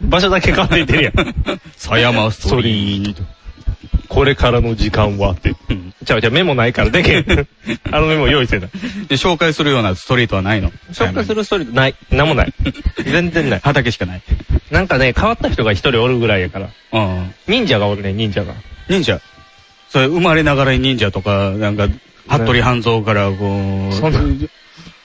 Speaker 2: 場所だけ変わっていてる やん。
Speaker 3: 狭山ストリー
Speaker 2: リー。これからの時間はって。ちゃうちゃう、メモないからでけ ん。あのメモ用意せな。
Speaker 3: ト。で、紹介するようなストリートはないの
Speaker 2: 紹介す
Speaker 3: る
Speaker 2: るストーリーない。なんもない。全然ない。
Speaker 3: 畑しかない。
Speaker 2: なんかね、変わった人が一人おるぐらいやから。
Speaker 3: うん。
Speaker 2: 忍者がおるね、忍者が。
Speaker 3: 忍者。それ、生まれながらに忍者とか、なんか、服部半蔵から、こ
Speaker 2: そんな
Speaker 3: う、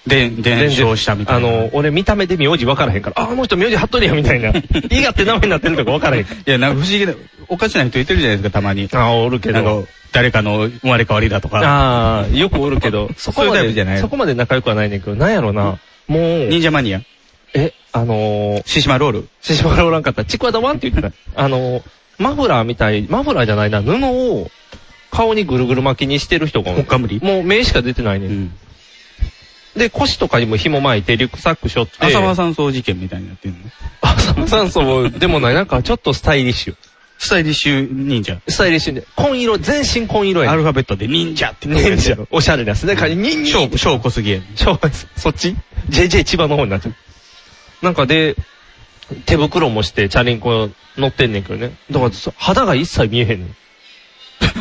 Speaker 3: で、伝承したみたいな。
Speaker 2: あの、俺見た目で名字分からへんから、あ、あの人名字貼っとるやんみたい な。伊賀って名前になってるとか分からへんか
Speaker 3: いや、なんか不思議な、おかしな人いてるじゃないですか、たまに。
Speaker 2: ら。あ、おるけ
Speaker 3: なん
Speaker 2: ど。
Speaker 3: か、誰かの生まれ変わりだとか。
Speaker 2: ああ、よくおるけど、 そこ
Speaker 3: そういう
Speaker 2: ま
Speaker 3: タイプじゃな
Speaker 2: で、
Speaker 3: い
Speaker 2: そこまで仲良くはないねんけど、なんやろな。もう、
Speaker 3: 忍者マニア。
Speaker 2: え、あのー、
Speaker 3: シシマロール。
Speaker 2: 獅子丸おらんかったら、ちくわだわんって言ってた。あのー、マフラーみたい、マフラーじゃないな、布を顔にぐるぐる巻きにしてる人がお
Speaker 3: ほ
Speaker 2: る
Speaker 3: っ。かむり。
Speaker 2: もう目しか出てないうねん。
Speaker 3: ん。
Speaker 2: で、腰とかにも紐巻いて、リュックサックしょって。
Speaker 3: 浅間山荘事件みたいになってるのね。
Speaker 2: 浅間さんそうでもない、なんかちょっとスタイリッシュ。
Speaker 3: スタイリッシュ忍者。
Speaker 2: スタイリッシュで、紺色、全身紺色や
Speaker 3: ア
Speaker 2: ねん。
Speaker 3: ルファベットで忍者って
Speaker 2: 忍者。おしゃれですね。だから、忍
Speaker 3: ショ
Speaker 2: 者。
Speaker 3: ー、ショー小杉やね
Speaker 2: そうですそっち ?JJ 千葉の方になっちゃう。なんかで、手袋もして、チャリンコ乗ってんねんけどね。だから、そ肌が一切見えへんねん。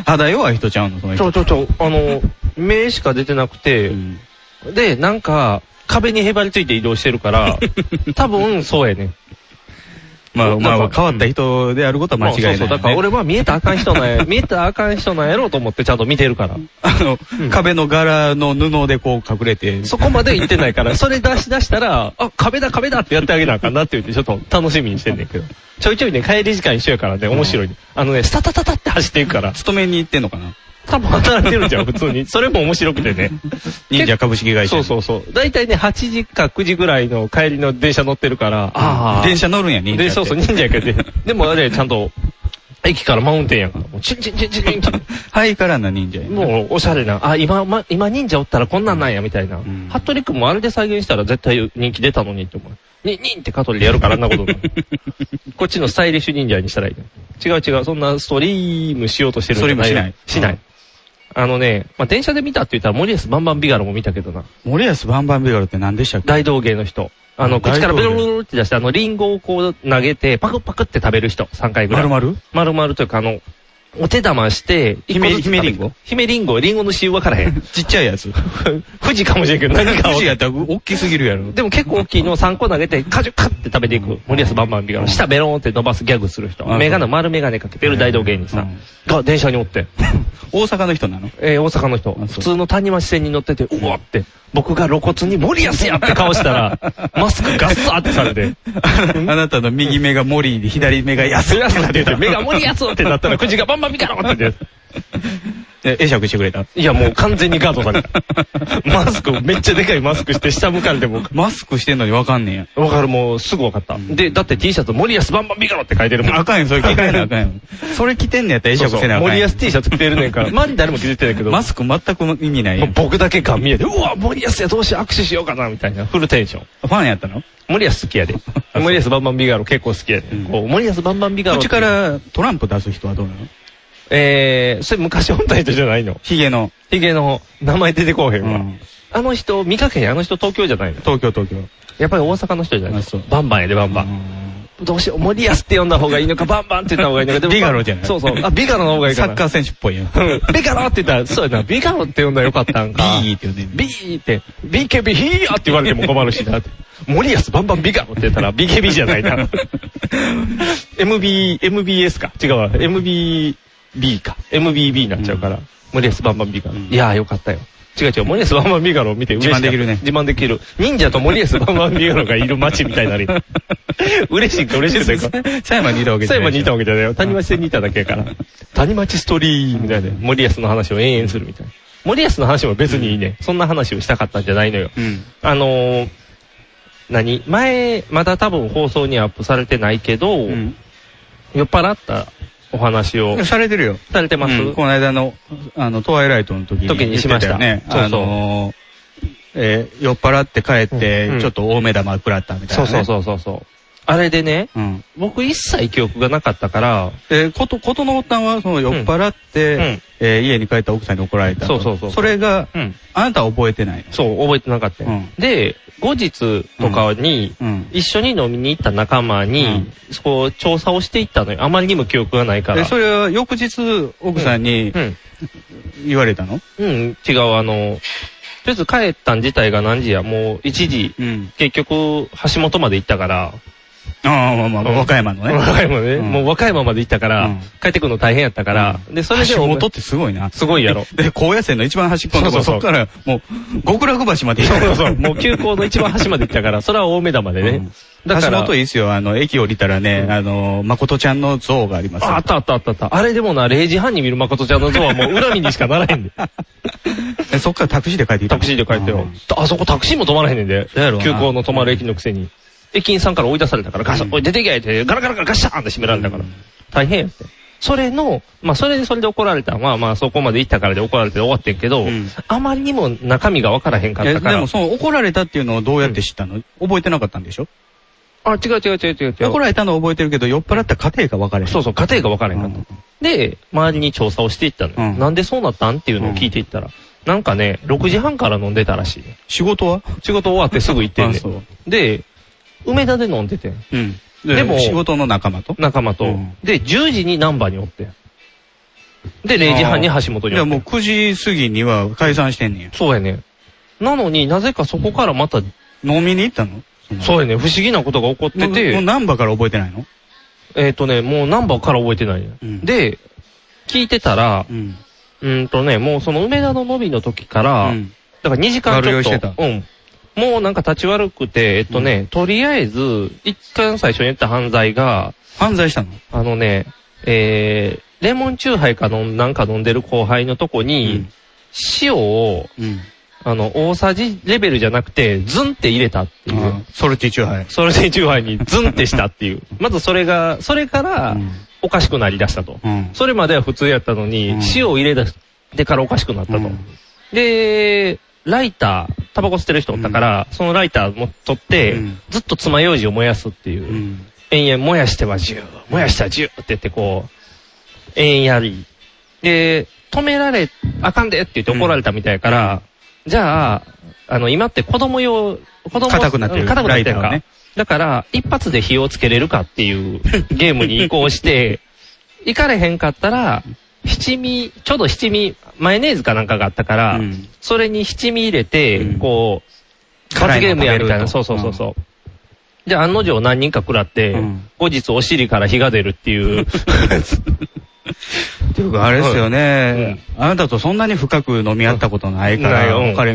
Speaker 3: 肌弱い人ちゃうの、その
Speaker 2: ち
Speaker 3: 人。
Speaker 2: ょちょちょ、あの、目しか出てなくて
Speaker 3: う、ん
Speaker 2: で、なんか、壁にへばりついて移動してる から、多分そうやねん。
Speaker 3: まあ、ま
Speaker 2: なん
Speaker 3: あ、
Speaker 2: か
Speaker 3: 変わった人であることは間違いないよね。
Speaker 2: そうそう、だから俺は見えたらあかん人なんや、見えたらあかん人なんやろうと思ってちゃんと見てるから。
Speaker 3: あの、
Speaker 2: うん
Speaker 3: 壁の柄の布でこう隠れて、
Speaker 2: そこまで行ってないから、それ出し出したら、あ、壁だ壁だってやってあげなあかんなって言ってちょっと楽しみにしてんねんけど。ちょいちょいね、帰り時間一緒やからね、面白いね。あのね、スタタタタって走っていくから、
Speaker 3: 勤めに行ってんのかな
Speaker 2: 多分働いてるじゃん、普通に。それも面白くてね。
Speaker 3: 忍者株式会社。
Speaker 2: そうそうそう。だいたいね、8時か9時ぐらいの帰りの電車乗ってるから、ああ。
Speaker 3: 電車乗るんや、忍者
Speaker 2: で、
Speaker 3: って。
Speaker 2: そうそう、忍者やけどね。でもあれ、ちゃんと、駅からマウンテンやから、もう、チュンチュンチュンチュンチュンって
Speaker 3: ハイカラーな忍者やね。
Speaker 2: もう、おしゃれな。あ、今、ま、今忍者おったらこんなんなんや、みたいな。
Speaker 3: ん
Speaker 2: 服部くんもあれで再現したら絶対人気出たのにって思う。に、忍ってカトリでやるからあんなこと になる。こっちのスタイリッシュ忍者にしたらいいね。違う違う、そんなストリームしようとしてるんじゃ
Speaker 3: ストリーム
Speaker 2: し
Speaker 3: し
Speaker 2: な。
Speaker 3: ないい
Speaker 2: しない。あのね、まあ、電車で見たって言ったら、森安バンバンビガロも見たけどな。
Speaker 3: 森保バンバンビガロって何でしたっけ
Speaker 2: 大道芸の人。あの、口からベロベロベロって出して、あの、リンゴをこう投げて、パクパクって食べる人、3回ぐらい。
Speaker 3: 丸々
Speaker 2: 丸々というか、あの、お手玉して、
Speaker 3: 姫
Speaker 2: 一個ずつ食べて
Speaker 3: 姫リンゴ
Speaker 2: 姫リンゴ、リンゴの汁分からへん。
Speaker 3: ちっちゃいやつ。
Speaker 2: 富士かもしれんけど、何か
Speaker 3: 富
Speaker 2: は
Speaker 3: 士やったら大きすぎるやろ。
Speaker 2: でも結構大きいのを3個投げて、カジュカって食べていく。森保バンバンビガロ。舌ベローンって伸ばすギャグする人。
Speaker 3: うん
Speaker 2: メガネ、丸メガネかけてる大道芸人さ
Speaker 3: う。ん
Speaker 2: が、電車におって。
Speaker 3: 大阪の人なの
Speaker 2: えー大阪の人。
Speaker 3: あそう
Speaker 2: 普通の谷町線に乗ってて、うわって。僕が露骨に森保やって顔した ら、マスクガッサーってされて。
Speaker 3: あなたの右目が森で左目が安
Speaker 2: す
Speaker 3: い
Speaker 2: やすって言 って、目が森やつってなったら、口がバンバンビガロって言って。
Speaker 3: え会釈してくれた。
Speaker 2: いや、もう完全にガードされた。 マスク、めっちゃでかいマスクして、下向かれてもう、
Speaker 3: マスクしてんのにわかんねんや。
Speaker 2: わかる、もうすぐわかった。で、だって T シャツ、森安バンバンビガロって書いてるもん。
Speaker 3: あかんよ、それ着替えなあかんよ。それ着てんのやったら会
Speaker 2: そう
Speaker 3: 釈
Speaker 2: そう
Speaker 3: せなあかん
Speaker 2: 森
Speaker 3: やん
Speaker 2: 安 T シャツ着てるねんから。周り誰も気づいてないけど。
Speaker 3: マスク全く意味ないや
Speaker 2: もう
Speaker 3: ん
Speaker 2: 僕だけが見えて、うわ、森安や、どうしよう、握手しようかな、みたいな。フルテンション。
Speaker 3: ファンやったの
Speaker 2: 森安好きや で。森安バンバンビガロ結構好きやで。こう森安バンバンビガロ。
Speaker 3: 口か。らトランプ出す人はどうなの
Speaker 2: えー、それ昔本体人じゃないの。
Speaker 3: ヒゲの。
Speaker 2: ヒゲの名前出てこうへん
Speaker 3: う
Speaker 2: わ。
Speaker 3: ん
Speaker 2: あの人、見かけへん、あの人東京じゃないの。
Speaker 3: 東京、東京。
Speaker 2: やっぱり大阪の人じゃない
Speaker 3: あそう
Speaker 2: バンバンやで、バンバン。どうしよう、森安って呼んだ方がいいのか、バンバンって言った方がいいのか。でも
Speaker 3: ビガロじゃない
Speaker 2: そうそう。あ、ビガロの方がいい
Speaker 3: サ
Speaker 2: か
Speaker 3: ッ
Speaker 2: な。
Speaker 3: カー選手っぽいやん。ビ
Speaker 2: うんビガロって言ったら、そうやな、ビガロって呼んだらよかったんか。
Speaker 3: ーって呼んでんね
Speaker 2: B って、BKB ヒーヤーって言われても困るしなって。森安バンバンビガロって言ったら BKB じゃない な。MB、MBS か。違うわ。MBB か。MBB になっちゃうから。森安バンバンビガロ。いやーよかったよ。違う違う、森安バンバンビガロを見て嬉しかった
Speaker 3: 自慢できるね
Speaker 2: 自慢できる。忍者と森安バンバンビガロがいる街みたいになり。 嬉しいか嬉しいですよ。
Speaker 3: 狭山にいたわけじ
Speaker 2: 狭山
Speaker 3: ゃない。
Speaker 2: にいたわけじゃないよ。谷町線にいただけやから。 谷町ストリーみたいな。森安の話を延々するみたいな。森安の話も別にいいね。そんな話をしたかったんじゃないのよ。
Speaker 3: うん。
Speaker 2: あのー、何前、まだ多分放送にはアップされてないけど、
Speaker 3: うん。
Speaker 2: 酔っ払ったお話 を
Speaker 3: されてるよ。
Speaker 2: されてます。
Speaker 3: うんこの間の、あの、トワイライトの時に。
Speaker 2: 時にしました
Speaker 3: 言ってよね。あ
Speaker 2: そうそう
Speaker 3: のー、えー酔っ払って帰っ
Speaker 2: うんう
Speaker 3: て
Speaker 2: ん、
Speaker 3: ちょっと大目玉食らったみたい
Speaker 2: そ
Speaker 3: な
Speaker 2: う
Speaker 3: ね。
Speaker 2: そうそうそうそう。あれでね、
Speaker 3: う。うん。
Speaker 2: 僕一切記憶がなかったから、
Speaker 3: え、こと、ことの発端は、その、酔っ払っ
Speaker 2: うんうん
Speaker 3: て、えー、家に帰った奥さんに怒られた
Speaker 2: そ
Speaker 3: と。
Speaker 2: うそうそう
Speaker 3: それが、
Speaker 2: うん、
Speaker 3: あなたは覚えてない
Speaker 2: そう、覚えてなかったよ、
Speaker 3: うん
Speaker 2: で、後日とかに、
Speaker 3: の。うん。
Speaker 2: 一緒に飲みに行った仲間に、
Speaker 3: うん
Speaker 2: そこを調査をしていったのよ。あまりにも記憶がないから。
Speaker 3: で、それは翌日、奥さんに
Speaker 2: うん。
Speaker 3: 言われたの
Speaker 2: うん、違う、あの、とりあえず帰ったん自体が何時や、もう1時、
Speaker 3: うん。
Speaker 2: 結局、橋本まで行ったから、
Speaker 3: ああ、まあまあ、和歌山のね。
Speaker 2: 和歌山ね、
Speaker 3: うん
Speaker 2: もう和歌山まで行ったから、
Speaker 3: うん
Speaker 2: 帰ってくるの大変やったから、で、それで
Speaker 3: 橋
Speaker 2: 俺
Speaker 3: 本ってすごいな。
Speaker 2: すごいやろ。
Speaker 3: で、高野線の一番端っこのところ、
Speaker 2: そ
Speaker 3: そうっ
Speaker 2: そう
Speaker 3: からもう、極楽橋まで行
Speaker 2: そう
Speaker 3: く
Speaker 2: そう、もう急行の一番端まで行ったから、それは大目玉でね。
Speaker 3: うん
Speaker 2: だから、
Speaker 3: 橋本いいっすよ。あの、駅降りたらね、あの、誠ちゃんの像があります。
Speaker 2: ああったあったあったあった。あれでもな、0時半に見る誠ちゃんの像はもう恨みにしかならへんで。
Speaker 3: えそっからタクシーで帰ってきた。
Speaker 2: タクシーで帰って
Speaker 3: う
Speaker 2: よ
Speaker 3: ん。
Speaker 2: あそこタクシーも止まらへんねんで。
Speaker 3: そうやろうな
Speaker 2: 急行の止まる駅のくせに。駅員さんから追い出されたから、ガシャン、おい出てきゃいって、ガラガラガラガシャーンって閉められたから。大変やって。それの、まあそれでそれで怒られた。まあまあそこまで行ったからで怒られて終わってんけど、
Speaker 3: うん
Speaker 2: あまりにも中身がわからへんかっ
Speaker 3: え
Speaker 2: たか
Speaker 3: で
Speaker 2: ら
Speaker 3: も、。その怒られたっていうのをどうやって知ったの、覚えてなかったんでしょ
Speaker 2: あ、違う違う違う違う違
Speaker 3: 怒
Speaker 2: う。
Speaker 3: られたのは覚えてるけど、酔っ払った家庭が分かれへん。
Speaker 2: そうそう、家庭がわからへんかった。で、周りに調査をしていったのよ、
Speaker 3: うん
Speaker 2: なんでそうなったんっていうのを聞いていったら、なんかね、6時半から飲んでたらしい。
Speaker 3: 仕事は
Speaker 2: 仕事終わってすぐ行ってん
Speaker 3: あ
Speaker 2: ね
Speaker 3: そ
Speaker 2: ん。
Speaker 3: う。
Speaker 2: で、梅田で飲んでてん。
Speaker 3: うん。
Speaker 2: で
Speaker 3: で
Speaker 2: も
Speaker 3: も、仕事の仲間と
Speaker 2: 仲間と。
Speaker 3: うん
Speaker 2: で、10時に難波におってん。で、0時半に橋本
Speaker 3: い
Speaker 2: にお
Speaker 3: や、
Speaker 2: って。
Speaker 3: もうん9時過ぎには解散してんね
Speaker 2: そうやね。なのになぜかそこからまた、
Speaker 3: ん。飲みに行ったのう。
Speaker 2: そうやね、不思議なことが起こって
Speaker 3: もう、もう
Speaker 2: て、
Speaker 3: ナンバーから覚えてないの
Speaker 2: えっ、とね、もう難波から覚えてないね、
Speaker 3: うん
Speaker 2: で、聞いてたら、
Speaker 3: うん。
Speaker 2: うんとね、もうその梅田の伸びの時から、
Speaker 3: うん
Speaker 2: だから2時間ちょっと。
Speaker 3: 丸酔いしてた
Speaker 2: うん。もうなんか立ち悪くて、えっとね、とりあえず、一番最初にやった犯罪が、
Speaker 3: 犯罪したの
Speaker 2: あのね、えー、レモンチューハイかのんなんか飲んでる後輩のとこに、
Speaker 3: うん
Speaker 2: 塩を、
Speaker 3: うん。
Speaker 2: あの、大さじレベルじゃなくて、ズンって入れたっていう。
Speaker 3: あソルティチューハイ。
Speaker 2: それでチューハイにズンってしたって いう。まずそれが、それから
Speaker 3: うん、
Speaker 2: おかしくなりだしたと。
Speaker 3: うん。
Speaker 2: それまでは普通やったのに、
Speaker 3: うん
Speaker 2: 塩を入れ出してからおかしくなったと。
Speaker 3: うん
Speaker 2: で、ライター、タバコ吸ってる人おったから、そのライターも取って、
Speaker 3: うん
Speaker 2: ずっと爪楊枝を燃やすっていう。
Speaker 3: うん。
Speaker 2: 延々燃やしては10、燃やしては10って言ってこう、延々やり。で、止められ、あかんでって言って怒られたみたいやから、じゃあ、あの、今って子供用、子供
Speaker 3: 硬くなってる
Speaker 2: うん硬くなってる
Speaker 3: ライター
Speaker 2: か。
Speaker 3: はね
Speaker 2: だから、一発で火をつけれるかっていう ゲームに移行して、行かれへんかったら、七味、ちょうど七味、マヨネーズかなんかがあったから、
Speaker 3: うん
Speaker 2: それに七味入れて、
Speaker 3: うん
Speaker 2: こう、
Speaker 3: 辛
Speaker 2: 罰
Speaker 3: いの
Speaker 2: ゲームやみたいな、
Speaker 3: 食べると
Speaker 2: そうそうそうそう。で、案の定何人か食らって、
Speaker 3: うん
Speaker 2: 後日お尻から火が出るって いう。
Speaker 3: っていうか、あれですよね。あなたとそんなに深く飲み合ったことないか
Speaker 2: うんない
Speaker 3: ら、
Speaker 2: よ
Speaker 3: 彼、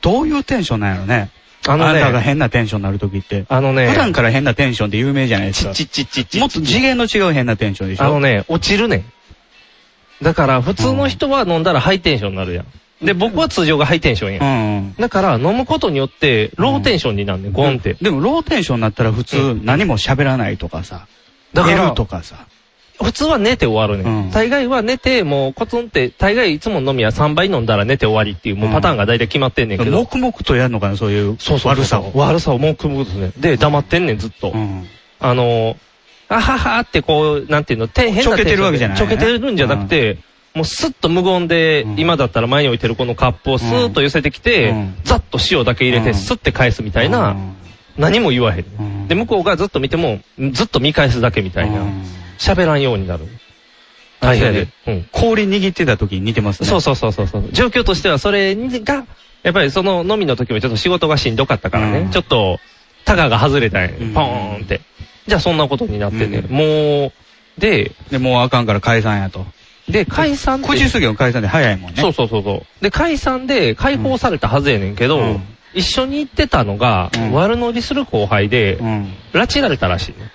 Speaker 3: どういうテンションなんやろね。
Speaker 2: あ
Speaker 3: あ
Speaker 2: の
Speaker 3: なたが
Speaker 2: ね、
Speaker 3: 変なテンションになるときって。
Speaker 2: あのね、
Speaker 3: 普段から変なテンションって有名じゃないです
Speaker 2: チ
Speaker 3: か
Speaker 2: ッ。チッチッチッチッ
Speaker 3: もっと次元の違う変なテンションでしょ
Speaker 2: あのね、落ちるねん。だから、普通の人は飲んだらハイテンションになるやん。で、僕は通常がハイテンションや。
Speaker 3: うんんうん。
Speaker 2: だから、飲むことによって、ローテンションになるねん、ゴンって。
Speaker 3: でも、ローテンションになったら普通、何も喋らないとかさ、
Speaker 2: だか
Speaker 3: 寝
Speaker 2: ら
Speaker 3: ると、かさ。
Speaker 2: 普通は寝て終わるね。
Speaker 3: うんん
Speaker 2: 大概は寝て、もうコツンって、大概いつも飲みは3倍飲んだら寝て終わりっていう、もうパターンが大体決まってんねんけど。
Speaker 3: 黙々とやるのかな、そういう
Speaker 2: そうそうそう
Speaker 3: 悪さを。
Speaker 2: 悪さをもう組むことね。で、黙ってんねん、ずっと。
Speaker 3: うん
Speaker 2: あのー、あははってこう、なんていうの、て変な
Speaker 3: ちょけてる
Speaker 2: テンションで
Speaker 3: わけじゃない
Speaker 2: ちょけてるんじゃなくて、もうスッと無言で、
Speaker 3: うん
Speaker 2: 今だったら前に置いてるこのカップをスーッと寄せてきて、
Speaker 3: うん
Speaker 2: ざっと塩だけ入れて、
Speaker 3: うん
Speaker 2: スッて返すみたいな、
Speaker 3: うん
Speaker 2: 何も言わへん。
Speaker 3: うん
Speaker 2: で、向こうがずっと見ても、ずっと見返すだけみたいな
Speaker 3: う。ん
Speaker 2: 喋らんようになる。大変で。うん。
Speaker 3: 氷握ってた時に似てますね。
Speaker 2: そうそうそうそうそう。状況としてはそれが、やっぱりその飲みの時もちょっと仕事がしんどかったからね、
Speaker 3: うん
Speaker 2: ちょっと、タガが外れたんや、
Speaker 3: うん
Speaker 2: ポーンって。じゃあそんなことになってね、
Speaker 3: うん
Speaker 2: もう、で、
Speaker 3: で、もうあかんから解散やと。
Speaker 2: で、解散って
Speaker 3: 9時過ぎの解散で早いもんね。
Speaker 2: そうそうそうそう。で、解散で解放されたはずやねんけど、
Speaker 3: うん
Speaker 2: 一緒に行ってたのが、
Speaker 3: うん
Speaker 2: 悪乗りする後輩で、
Speaker 3: うん。
Speaker 2: 拉致られたらしいね。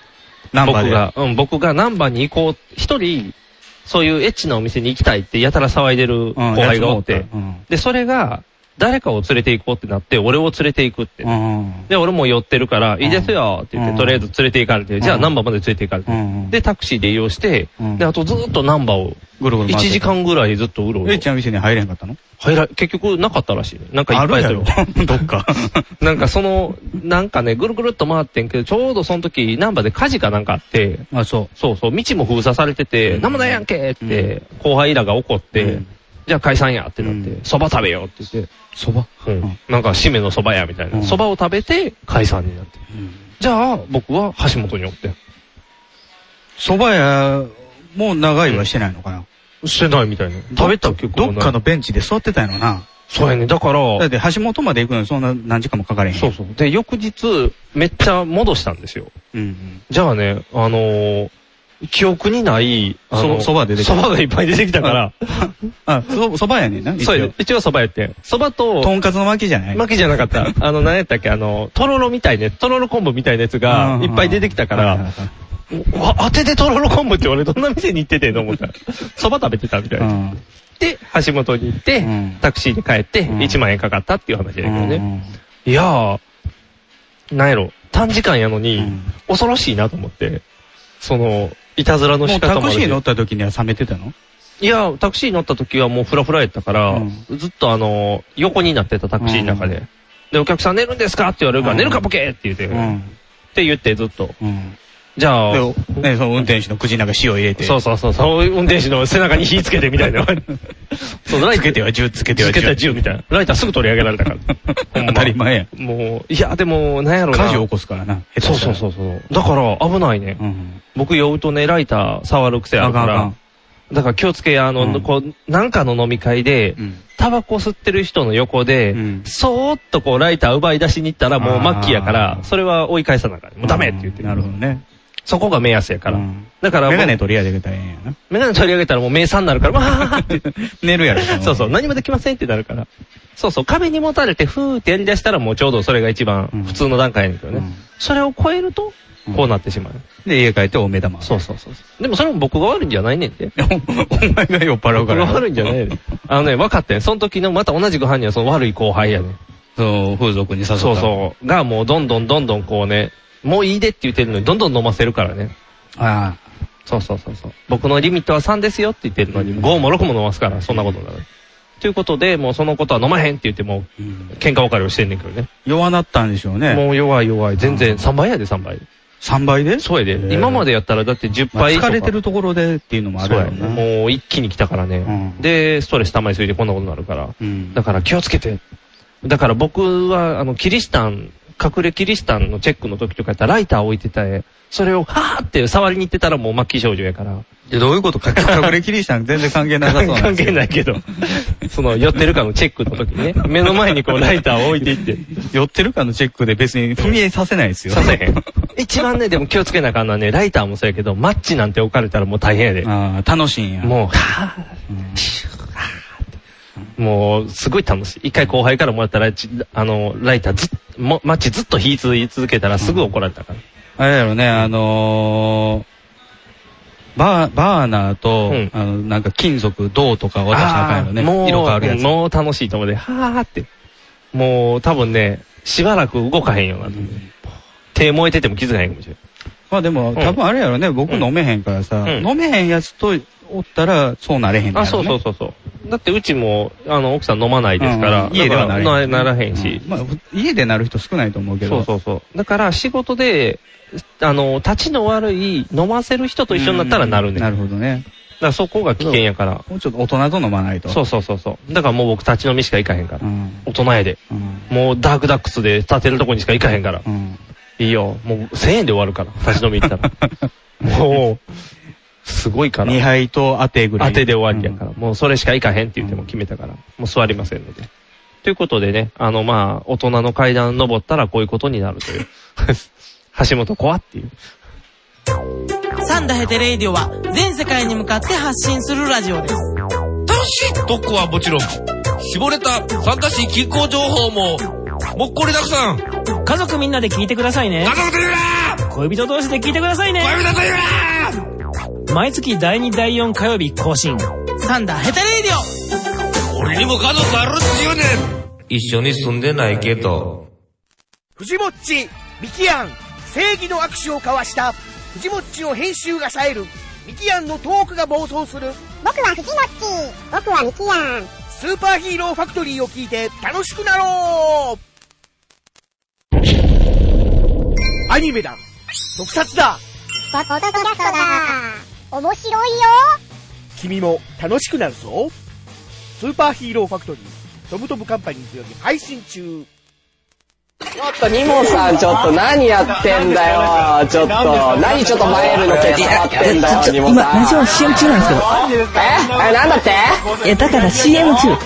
Speaker 3: ナンバー
Speaker 2: 僕
Speaker 3: で。
Speaker 2: が、うん、僕がナンバーに行こう、一人、そういうエッチなお店に行きたいってやたら騒いでる後
Speaker 3: うん
Speaker 2: 輩がおって、
Speaker 3: やつもおっ
Speaker 2: で、それが、誰かを連れて行こうってなって、俺を連れて行くって。
Speaker 3: たうん。うん
Speaker 2: で、俺も寄ってるから、いいですよって言って、
Speaker 3: うん
Speaker 2: とりあえず連れて行かれて、
Speaker 3: ん
Speaker 2: じゃあナンバーまで連れて行かれ
Speaker 3: う
Speaker 2: て。
Speaker 3: ん。うん、
Speaker 2: で、タクシーで移動して
Speaker 3: うん、
Speaker 2: で、あとずーっとナンバーを、
Speaker 3: ぐるぐる
Speaker 2: 1
Speaker 3: 回って
Speaker 2: 時。間ぐらいずっとうろうろ
Speaker 3: え、。ちゃん店に入れへんかったの
Speaker 2: 入ら、結局なかったらしいね。なんかい
Speaker 3: あ
Speaker 2: っぱ
Speaker 3: る
Speaker 2: い
Speaker 3: や
Speaker 2: と
Speaker 3: ろ。 どっか。
Speaker 2: なんかその、なんかね、ぐるぐるっと回ってんけど、ちょうどその時、ナンバーで火事か なんかあって、
Speaker 3: あ、そう。
Speaker 2: そうそう、道も封鎖されてて、
Speaker 3: うん
Speaker 2: なんもないやんけって、後輩らが怒って、
Speaker 3: うん
Speaker 2: じゃあ解散やってなっ
Speaker 3: う
Speaker 2: て、そば、食べようって言って、そば、うん
Speaker 3: うん
Speaker 2: なんか締めのそばやみたいうな。
Speaker 3: ん
Speaker 2: そば、を食べて解散になって。じゃあ、僕は橋本におって。
Speaker 3: 蕎麦屋、もう長いはしてないのかな、
Speaker 2: してないみたいな。食べた結構
Speaker 3: どっかのベンチで座ってたんやろな。
Speaker 2: そうやね。だから、
Speaker 3: だって橋本まで行くのにそんな何時間もかかれへん。
Speaker 2: そうそう。で、翌日、めっちゃ戻したんですよ。
Speaker 3: うん
Speaker 2: じゃあね、あのー記憶にない、あの
Speaker 3: そそば出てき
Speaker 2: そ
Speaker 3: た
Speaker 2: ばがいっぱい出てきたから、
Speaker 3: うん。あ、そ、そばやねんな。一応
Speaker 2: そうよ。。一応そばやってん。そばと、
Speaker 3: とんかつの巻きじゃない
Speaker 2: 巻きじゃなかった。あの、何やったっけ、あの、とろろみたいね、とろろ昆布みたいなやつがいっぱい出てきたか
Speaker 3: うんうん
Speaker 2: ら、うわ、当ててとろろ昆布って俺どんな店に行っててんの思った。そば食べてたみたいな。で、橋本に行って
Speaker 3: うん、
Speaker 2: タクシーに帰って、
Speaker 3: うん
Speaker 2: 1万円かかったっていう話だけ
Speaker 3: うん
Speaker 2: ど
Speaker 3: うんうん
Speaker 2: ね。いやー、なんやろ、短時間やの
Speaker 3: う
Speaker 2: に
Speaker 3: ん、
Speaker 2: 恐ろしいなと思って、その、いたずらの
Speaker 3: もう
Speaker 2: 仕
Speaker 3: タ
Speaker 2: 方もあ
Speaker 3: ク
Speaker 2: るし
Speaker 3: シー乗った時には冷めてたの
Speaker 2: いや、タクシー乗った時はもうフラフラやったから、
Speaker 3: う
Speaker 2: ずっとあの、横になってたタクシーの中で。
Speaker 3: うん
Speaker 2: で、お客さん寝るんですかって言われるから、
Speaker 3: うん
Speaker 2: 寝るかボケーって言って、って言ってずっと。
Speaker 3: うん。
Speaker 2: じゃあ、
Speaker 3: で、ね、その運転手の口の中塩入れて。
Speaker 2: そうそうそう、その運転手の背中に火つけてみたいな。 そう、ライ
Speaker 3: つけて
Speaker 2: は、
Speaker 3: は銃、つけて
Speaker 2: つ
Speaker 3: は
Speaker 2: け
Speaker 3: 銃。
Speaker 2: たら銃みたいな。ライターすぐ取り上げられたから。ほんま
Speaker 3: 当たり前や。
Speaker 2: もう、いや、でも、なんやろな。
Speaker 3: 火事起こすからな。。
Speaker 2: そうそうそううそう。だから、危ないね。
Speaker 3: うん。
Speaker 2: 僕酔うとね、ライター触る癖あ
Speaker 3: あ
Speaker 2: る
Speaker 3: か
Speaker 2: か
Speaker 3: んあからん。。
Speaker 2: だから気をつけや、あの、
Speaker 3: うん
Speaker 2: こう、なんかの飲み会で、
Speaker 3: うん。
Speaker 2: タバコ吸ってる人の横で、
Speaker 3: うん
Speaker 2: そーっとこうライター奪い出しに行ったらもう末期やから
Speaker 3: あ、ー
Speaker 2: それは追い返さなあかん。もうダメって言って
Speaker 3: なるほどね。
Speaker 2: そこが目安やから。
Speaker 3: うん
Speaker 2: だからもう、
Speaker 3: メガネ取り上げたらええんやな。
Speaker 2: メガネ取り上げたらもう名産になるから、わーって。
Speaker 3: 寝るやろ。
Speaker 2: そうそう、何もできませんってなるから。そうそう、壁にもたれてふーってやり出したらもうちょうどそれが一番
Speaker 3: うん
Speaker 2: 普通の段階やねんけどね。
Speaker 3: うん
Speaker 2: それを超えると、こうなってしまう。
Speaker 3: で、家帰ってお目玉。
Speaker 2: そうそうそうそう。でもそれも僕が悪いんじゃないねんて。
Speaker 3: お前が酔っ払う
Speaker 2: 僕が
Speaker 3: から。
Speaker 2: 悪いんじゃないねん。あのね、分かってん。その時のまた同じく犯人はその悪い後輩やねん。
Speaker 3: そう、風俗に誘った。
Speaker 2: そうそう。がもうどんどんどんどんこうね、もういいでって言ってるのにどんどん飲ませるからね。
Speaker 3: う。あ
Speaker 2: そうそうそうそう。僕のリミットは3ですよって言ってるのに、
Speaker 3: うん
Speaker 2: 5も6も飲ますから、そんなことになる。ということで、もうそのことは飲まへんって言ってもう、
Speaker 3: あ。
Speaker 2: 喧嘩別れをしてんねんけどね。
Speaker 3: 弱なったんでしょうね。
Speaker 2: もう弱い弱い。全然3倍やで3倍。
Speaker 3: 3倍で
Speaker 2: そうや
Speaker 3: へ
Speaker 2: で。
Speaker 3: ー
Speaker 2: 今までやったらだって10
Speaker 3: まあ
Speaker 2: 倍。
Speaker 3: 疲れてるところでっていうのもあ
Speaker 2: そう
Speaker 3: るや
Speaker 2: や
Speaker 3: ろ
Speaker 2: ね。
Speaker 3: な。
Speaker 2: もう一気に来たから
Speaker 3: う
Speaker 2: ね。
Speaker 3: ん。
Speaker 2: で、ストレス溜まりすぎてこんなことになるから。
Speaker 3: うん
Speaker 2: だから気をつけて。だから僕は、あの、キリシタン、隠れキリシタンのチェックの時とかやったらライター置いてたえ、それをはーって触りに行ってたらもう末期症状やから。
Speaker 3: でど ういうことか、隠れキリシタン全然関係なさそうな
Speaker 2: 関
Speaker 3: んです
Speaker 2: 係
Speaker 3: よ
Speaker 2: ないけど、その寄ってるかのチェックの時にね、目の前にこうライターを置いていって、
Speaker 3: 寄ってるかのチェックで別に踏み絵させないですよ。
Speaker 2: させへん。一番ね、でも気をつけなあかんのはね、ライターもそうやけど、マッチなんて置かれたらもう大変やで。
Speaker 3: ああ、楽しいんや。
Speaker 2: もう、は
Speaker 3: うん
Speaker 2: ぁ、もう、すごい楽しい。一回後輩からもらったら、ちあの、ライターずっ、もマッチずっと火つい続けたらすぐ怒られたから。
Speaker 3: あれやろね、あのー、バー、バーナーと、
Speaker 2: うん
Speaker 3: あの、なんか金属、銅とか渡しなあかんやろね。
Speaker 2: あーもう、
Speaker 3: 色変わるやつ。
Speaker 2: もう楽しいと思うで、はーって。もう、多分ね、しばらく動かへんようになって、
Speaker 3: うん
Speaker 2: 手燃えてても気づかへんかもしれない。
Speaker 3: まあでも、多分あれやろね、僕飲めへんからさ、
Speaker 2: うん
Speaker 3: 飲めへんやつとおったら、そうなれへん
Speaker 2: あ、そうそうそうそう。だってうちも、あの、奥さん飲まないですから、
Speaker 3: うん家では
Speaker 2: だ
Speaker 3: なれ
Speaker 2: からな
Speaker 3: へ。
Speaker 2: んならへんし
Speaker 3: う。まあ、家でなる人少ないと思うけ
Speaker 2: そ
Speaker 3: ど。
Speaker 2: うそうそう。だから仕事で、あの、立ちの悪い、飲ませる人と一緒になったらなるね。
Speaker 3: うんな
Speaker 2: だか
Speaker 3: るほどね。
Speaker 2: らそこが危険やから。
Speaker 3: もうちょっと大人と飲まないと。
Speaker 2: そうそうそうそう。だからもう僕立ち飲みしか行かへんから
Speaker 3: う。ん。
Speaker 2: 大人やで。
Speaker 3: うん。
Speaker 2: もうダークダックスで立てるとこにしか行かへんから。
Speaker 3: うん。
Speaker 2: いいよ。もう1000円で終わるから。立ち飲み行った ら。もう、すごいから
Speaker 3: 2。杯と当てぐらい。。
Speaker 2: 当てで終わりやからら。もうそれしか行かへんって言っても決めたから。もう座りませんので。ということでね、あのまあ、大人の階段登ったらこういうことになる という。橋本怖っていう。
Speaker 7: サンダヘテレイディオは全世界に向かって発信するラジオです。
Speaker 8: 楽しい特攻はもちろん、絞れた参加し気候情報も、もっこりたくさん。家
Speaker 7: 家族みんなで聞いてくださいね。
Speaker 8: 族と言うな
Speaker 7: 恋人同士で聞いてくださいね。
Speaker 8: 恋人と言うな
Speaker 7: 毎月第2第4火曜日更新。サンダヘテレイディオ
Speaker 8: 俺にも家族あるっちゅうねん一緒に住んでないけど。
Speaker 9: 藤もっち、ミキアン、正義の握手を交わした、藤もっちの編集が冴える、ミキアンのトークが暴走する、
Speaker 10: 僕は藤もっち僕はミキヤン
Speaker 9: スーパーヒーローファクトリーを聞いて楽しくなろうアニメだ特撮だ
Speaker 10: ポッドキャストだ面白いよ
Speaker 9: 君も楽しくなるぞスーパーヒーローファクトリー、トムトムカンパニーズより配信中
Speaker 11: ちょっとニモさんちょっと何やってんだよちょっと何ちょっと前のケツ触ってんだよニモ
Speaker 12: 今、
Speaker 11: さん
Speaker 12: ラジオ CM 中なんですけど。
Speaker 11: ええなんだって
Speaker 12: え、だから CM 中。
Speaker 10: 今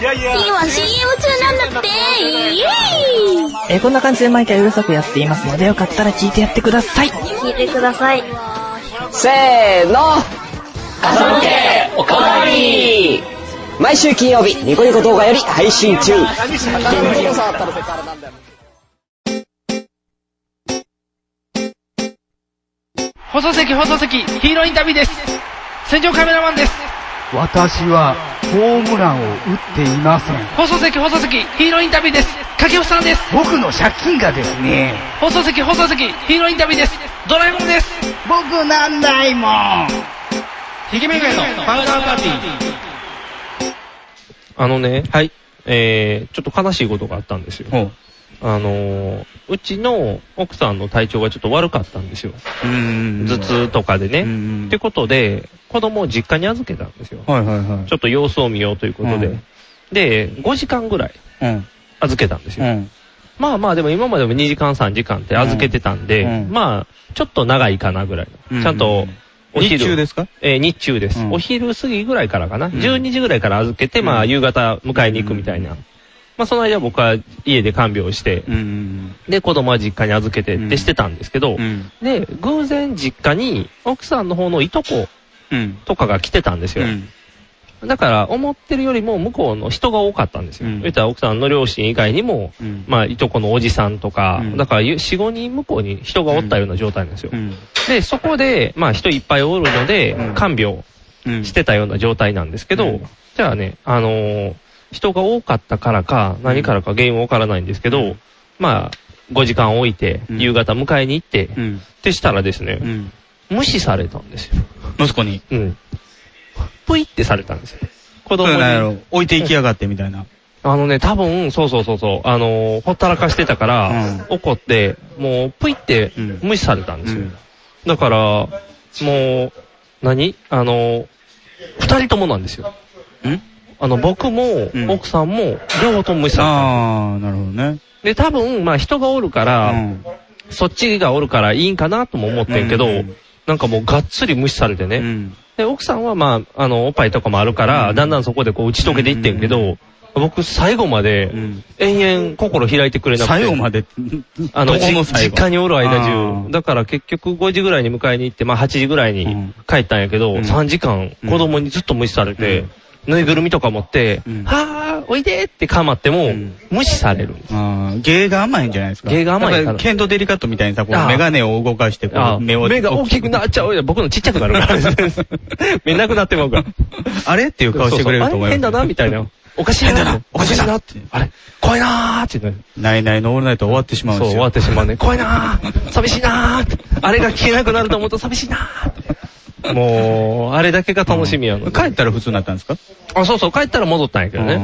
Speaker 10: CM 中なんだってイエーイ
Speaker 12: え、こんな感じで毎回うるさくやっていますので、よかったら聞いてやってください。
Speaker 10: 聞いてください
Speaker 11: せーの朝向けおかわり毎週金曜日ニコニコ動画より配信中
Speaker 13: 放送席放送席ヒーローインタビューです戦場カメラマンです
Speaker 14: 私はホームランを打っていません。
Speaker 13: 放送席放送席ヒーローインタビューです掛布さんです
Speaker 14: 僕の借金がですね、
Speaker 13: 放送席放送席ヒーローインタビューですドラえもんです
Speaker 14: 僕なんないもん。
Speaker 13: ひげめがいのパウダーパーティー
Speaker 2: あのね、はい。えー、ちょっと悲しいことがあったんですよ。あのー、うちの奥さんの体調がちょっと悪かったんですよ。頭痛とかでね。ってことで、子供を実家に預けたんですよ。
Speaker 3: はいはいは
Speaker 2: ちょっと様子を見ようということで。
Speaker 3: うん
Speaker 2: で、5時間ぐらい
Speaker 3: い。うん。
Speaker 2: 預けたんですよ。
Speaker 3: うん。
Speaker 2: まあまあでも今までも2時間3時間って預けてたんで、まあ、ちょっと長いかなぐらいの。ちゃんと、お昼。
Speaker 3: 日中ですか
Speaker 2: えー日中です、お昼過ぎぐらいからかな。12時ぐらいから預けて、まあ夕方迎えに行くみたいな。まあその間僕は家で看病して、で子供は実家に預けてってしてたんですけど、で、偶然実家に奥さんの方のいとことかが来てたんですよ。だから、思ってるよりも向こうの人が多かったんですよ。言ったら奥さんの両親以外にも、まあ、いとこのおじさんとか、だから、4、5人向こうに人がおったような状態なんですよ。で、そこで、まあ、人いっぱいおるので、看病してたような状態なんですけど、じゃあね、あのー人が多かったからか、何からか原因はわからないんですけど、まあ、5時間置いて、夕方迎えに行って、ってしたらですね、無視されたんですよ。
Speaker 3: 息子に。
Speaker 2: うん。ぷいってされたんですよ。子
Speaker 3: そう
Speaker 2: 供
Speaker 3: なんやろ
Speaker 2: に。。
Speaker 3: 置いていきやがってみたいな。
Speaker 2: あのね、多分、そうそうそうそう、あのーほったらかしてたから、怒って、もう、ぷいって無視されたんですよ。だから、もう、何あのー二人ともなんですよ。あの、僕も、奥さんも、両方とも無視された。
Speaker 3: ああ、なるほどね。
Speaker 2: で、多分、まあ人がおるから、そっちがおるからいいんかなとも思ってんけど、なんかもうがっつり無視されてね。で、奥さんはまあ、あの、おっぱいとかもあるから、だんだんそこでこう打ち解けていってんけど、僕最後まで、延々心開いてくれなくて。
Speaker 3: 最後まで、
Speaker 2: あの、
Speaker 3: どこの
Speaker 2: じ
Speaker 3: 最後
Speaker 2: 実家におる間
Speaker 3: あ
Speaker 2: 中。だから結局5時ぐらいに迎えに行って、まあ8時ぐらいに帰ったんやけど、3時間子供にずっと無視されて、ぬいぐるみとか持って、はぁ、おいでってかまっても、無視される。
Speaker 3: ああ、芸が甘いんじゃないですか。
Speaker 2: 芸が甘いから
Speaker 3: やっぱりケントデリカットみたいにさ、こう、
Speaker 2: ああ
Speaker 3: メガネを動かして、こ
Speaker 2: あ
Speaker 3: う、目を。
Speaker 2: 目が大きくなっちゃうよ。僕のちっちゃくなる から。目なくなってもうから。
Speaker 3: あれっていう顔してくれると思
Speaker 2: そうそ
Speaker 3: います。
Speaker 2: うあれ変だな、みたいな。おかしいな。おかしいなって。あれ怖いなーって言うの
Speaker 3: ないないのオールナイト終わってしまうんですよ。
Speaker 2: そう終わってしまうね怖いなー寂しいなーって。あれが消えなくなると思うと寂しいなーって。もう、あれだけが楽しみやの。帰
Speaker 3: ったら普通になったんですか
Speaker 2: あ、そうそう、帰ったら戻ったんやけどね。